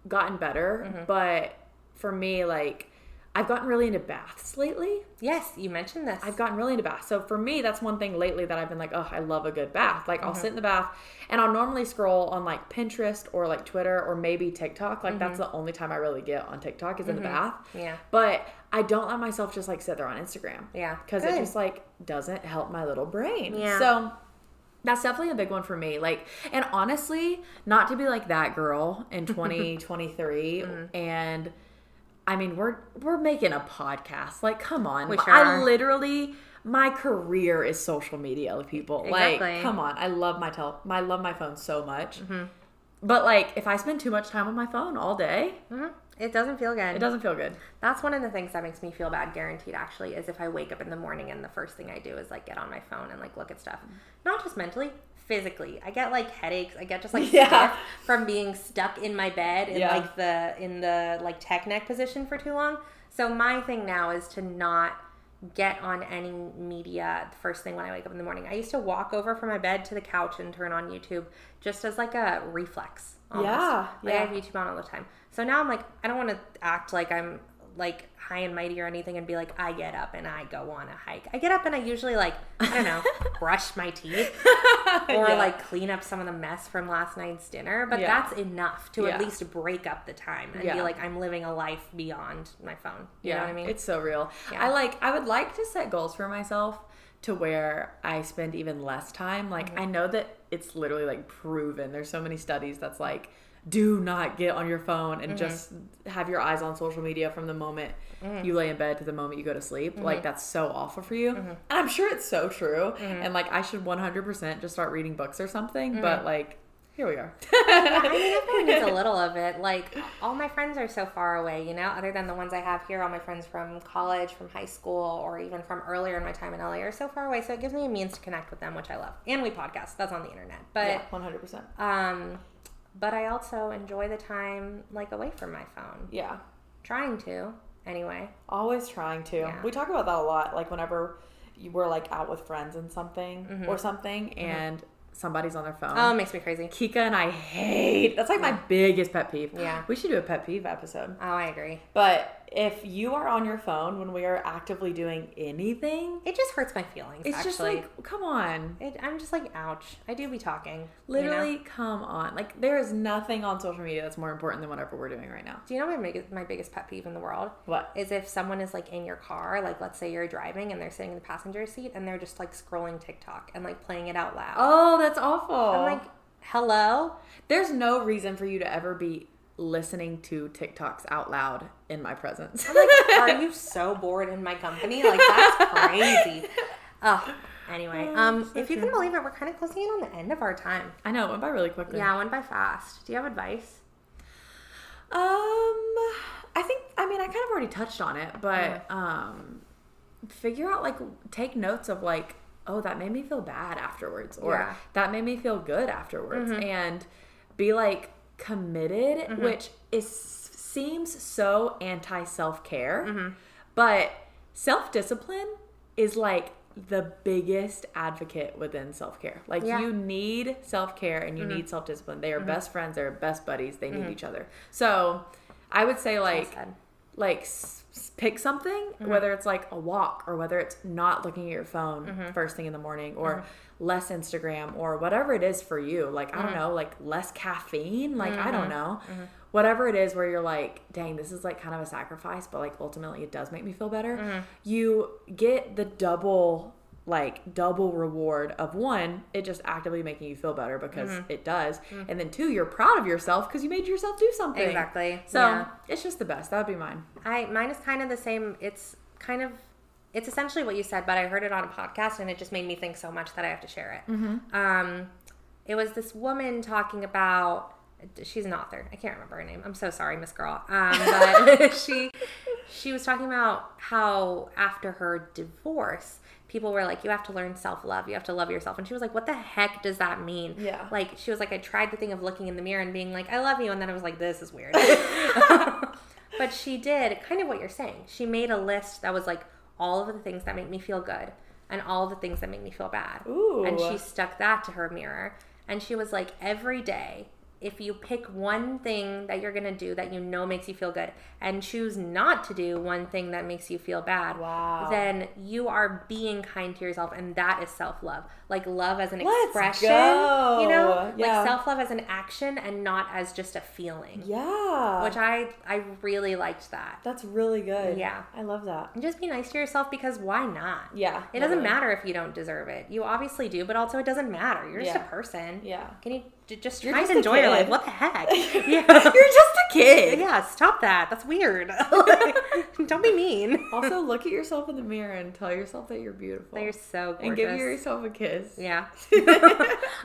Speaker 1: gotten better. But for me, like I've gotten really into baths lately.
Speaker 2: Yes, you mentioned this.
Speaker 1: I've gotten really into baths. So for me, that's one thing lately that I've been like, oh, I love a good bath. Like I'll
Speaker 2: Mm-hmm.
Speaker 1: sit in the bath and I'll normally scroll on like Pinterest or like Twitter or maybe TikTok. Like that's the only time I really get on TikTok is in the bath.
Speaker 2: Mm-hmm. Yeah.
Speaker 1: But I don't let myself just like sit there on Instagram.
Speaker 2: Yeah.
Speaker 1: Because it
Speaker 2: Good.
Speaker 1: just like doesn't help my little brain.
Speaker 2: Yeah.
Speaker 1: So that's definitely a big one for me. Like, and honestly, not to be like that girl in 2023
Speaker 2: Mm-hmm.
Speaker 1: and I mean, we're we're making a podcast. Like, come on.
Speaker 2: We sure
Speaker 1: I
Speaker 2: are.
Speaker 1: literally my career is social media, people.
Speaker 2: Exactly. Mm-hmm.
Speaker 1: Like, come on. I love my tel I love my phone so much. But like if I spend too much time on my phone all day,
Speaker 2: Mhm. It doesn't feel good.
Speaker 1: it doesn't feel good.
Speaker 2: That's one of the things that makes me feel bad, guaranteed, actually, is if I wake up in the morning and the first thing I do is like get on my phone and like look at stuff.
Speaker 1: Mm.
Speaker 2: Not just mentally, physically. I get like headaches. I get just like
Speaker 1: Yeah.
Speaker 2: stiff from being stuck in my bed in
Speaker 1: Yeah.
Speaker 2: like the in the like tech neck position for too long. So my thing now is to not get on any media the first thing when I wake up in the morning. I used to walk over from my bed to the couch and turn on YouTube just as like a reflex. Almost.
Speaker 1: Yeah,
Speaker 2: Like I
Speaker 1: yeah.
Speaker 2: have YouTube on all the time. So now I'm like, I don't want to act like I'm like high and mighty or anything and be like, I get up and I go on a hike. I get up and I usually like, I don't know, brush my teeth or
Speaker 1: Yeah.
Speaker 2: like clean up some of the mess from last night's dinner. But
Speaker 1: Yeah.
Speaker 2: that's enough to at
Speaker 1: Yeah.
Speaker 2: least break up the time and be
Speaker 1: Yeah.
Speaker 2: like, I'm living a life beyond my phone. You know what I mean?
Speaker 1: It's so real.
Speaker 2: Yeah.
Speaker 1: I like I would like to set goals for myself to where I spend even less time. Like
Speaker 2: Mm-hmm.
Speaker 1: I know that it's literally like proven. There's so many studies that's like do not get on your phone
Speaker 2: Mm-hmm.
Speaker 1: and just have your eyes on social media from the moment
Speaker 2: Mm.
Speaker 1: you lay in bed to the moment you go to sleep.
Speaker 2: Mm-hmm.
Speaker 1: Like that's so awful for you. And I'm sure it's so true. And like I should 100% just start reading books or something,
Speaker 2: Mm-hmm.
Speaker 1: but like here we are.
Speaker 2: I mean, everyone needs a little of it. Like, all my friends are so far away, you know, other than the ones I have here. All my friends from college, from high school, or even from earlier in my time in LA are so far away. So it gives me a means to connect with them, which I love. And we podcast. That's on the internet. But,
Speaker 1: 100%.
Speaker 2: um, but I also enjoy the time like away from my phone.
Speaker 1: Yeah.
Speaker 2: Trying to, anyway.
Speaker 1: Always trying to.
Speaker 2: Yeah.
Speaker 1: We talk about that a lot. Like whenever you were like out with friends and something
Speaker 2: Mm-hmm.
Speaker 1: or something, and somebody's on their phone.
Speaker 2: Oh, it makes me crazy.
Speaker 1: Kika and I hate. That's like my biggest pet peeve.
Speaker 2: Yeah.
Speaker 1: we should do a pet peeve episode.
Speaker 2: Oh, I agree.
Speaker 1: But if you are on your phone when we are actively doing anything,
Speaker 2: It just hurts my feelings.
Speaker 1: it's
Speaker 2: actually.
Speaker 1: just like, come on,
Speaker 2: It, I'm just like, ouch. I do be talking. you know?
Speaker 1: literally, come on. Like there is nothing on social media that's more important than whatever we're doing right now.
Speaker 2: Do you know my biggest, my biggest pet peeve in the world?
Speaker 1: What?
Speaker 2: is if someone is like in your car, like let's say you're driving and they're sitting in the passenger seat and they're just like scrolling TikTok and like playing it out loud.
Speaker 1: Oh, that's awful.
Speaker 2: I'm like, hello?
Speaker 1: There's no reason for you to ever be listening to TikToks out loud in my presence.
Speaker 2: Like, are you so bored in my company? Like that's crazy. Oh, Anyway, um, if you can believe it, we're kind of closing in on the end of our time.
Speaker 1: I know it went by really quickly.
Speaker 2: Yeah, I went by fast. Do you have advice?
Speaker 1: Um, I think I mean I kind of already touched on it,
Speaker 2: Uh-huh.
Speaker 1: but um, figure out like take notes of like oh that made me feel bad afterwards or
Speaker 2: Yeah. Mm-hmm.
Speaker 1: that made me feel good afterwards and be like committed, which is seems so anti self care,
Speaker 2: Mm-hmm.
Speaker 1: but self discipline is like the biggest advocate within self care. Like
Speaker 2: Yeah.
Speaker 1: you need self care and you need self discipline. They are best friends. They are best buddies. They need each other. So I would say like
Speaker 2: said.
Speaker 1: like s- s- pick something, whether it's like a walk or whether it's not looking at your phone first thing in the morning or less Instagram or whatever it is for you. Like I don't know, like less caffeine. Like I don't know. Whatever it is where you're like, dang, this is like kind of a sacrifice, but like ultimately it does make me feel better. You get the double like double reward of one, it just actively making you feel better because it does. And then two, you're proud of yourself because you made yourself do something.
Speaker 2: Exactly.
Speaker 1: So
Speaker 2: Yeah.
Speaker 1: it's just the best. That would be mine.
Speaker 2: I mine is kind of the same. It's kind of it's essentially what you said, but I heard it on a podcast and it just made me think so much that I have to share it. Um, it was this woman talking about she's an author. I can't remember her name. I'm so sorry, Miss Girl. Um, but she she was talking about how after her divorce. People were like, you have to learn self love. You have to love yourself. And she was like, what the heck does that mean?
Speaker 3: Yeah.
Speaker 2: Like, she was like, I tried the thing of looking in the mirror and being like, I love you. And then I was like, this is weird. But she did kind of what you're saying. She made a list that was like all of the things that make me feel good and all the things that make me feel bad.
Speaker 3: Ooh.
Speaker 2: And she stuck that to her mirror. And she was like, every day, if you pick one thing that you're going to do that you know makes you feel good and choose not to do one thing that makes you feel bad,
Speaker 3: Wow.
Speaker 2: then you are being kind to yourself. And that is self love. Like love as an
Speaker 3: Let's
Speaker 2: expression, you know?
Speaker 3: go. Yeah.
Speaker 2: Like self love as an action and not as just a feeling
Speaker 3: Yeah.
Speaker 2: which I I really liked that.
Speaker 3: That's really good.
Speaker 2: Yeah.
Speaker 3: I love that.
Speaker 2: And just be nice to yourself because why not?
Speaker 3: Yeah.
Speaker 2: It doesn't
Speaker 3: literally.
Speaker 2: matter if you don't deserve it. You obviously do, but also it doesn't matter. You're just
Speaker 3: Yeah.
Speaker 2: a person.
Speaker 3: Yeah.
Speaker 2: Can you j- just
Speaker 3: You're
Speaker 2: try
Speaker 3: just
Speaker 2: to
Speaker 3: a
Speaker 2: enjoy your
Speaker 3: kid.
Speaker 2: life? What the heck? Yeah.
Speaker 1: You're just a kid.
Speaker 2: yeah. Stop that. That's weird. Like, don't be mean.
Speaker 3: Also, look at yourself in the mirror and tell yourself that you're beautiful.
Speaker 2: They're so gorgeous.
Speaker 3: and give yourself a kiss.
Speaker 2: Yeah.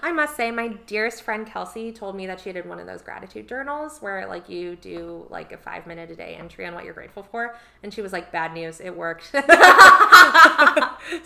Speaker 2: I must say, my dearest friend Kelsey told me that she did one of those gratitude journals where like you do like a five minute a day entry on what you're grateful for. And she was like, bad news, it worked.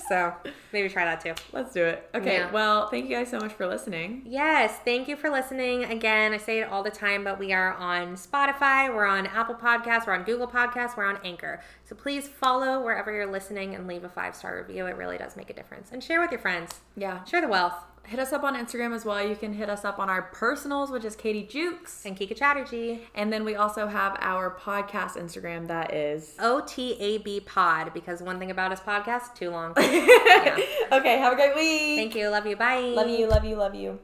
Speaker 2: so maybe try that too.
Speaker 3: Let's do it. Okay.
Speaker 2: Yeah.
Speaker 3: Well, thank you guys so much for listening.
Speaker 2: Yes, thank you for listening. Again, I say it all the time, but we are on Spotify, we're on Apple Podcasts, we're on Google Podcasts, we're on Anchor. So please follow wherever you're listening and leave a five star review. It really does make a difference. And share with your friends.
Speaker 1: Yeah.
Speaker 2: Share the wealth.
Speaker 1: Hit us up on Instagram as well. You can hit us up on our personals, which is Katie Jukes.
Speaker 2: And Kika Chatterjee.
Speaker 1: And then we also have our podcast Instagram that is.
Speaker 2: OTAB pod because one thing about his podcast, too long.
Speaker 3: Okay. Have a great week.
Speaker 2: Thank you. Love you. Bye.
Speaker 3: Love you. Love you. Love you.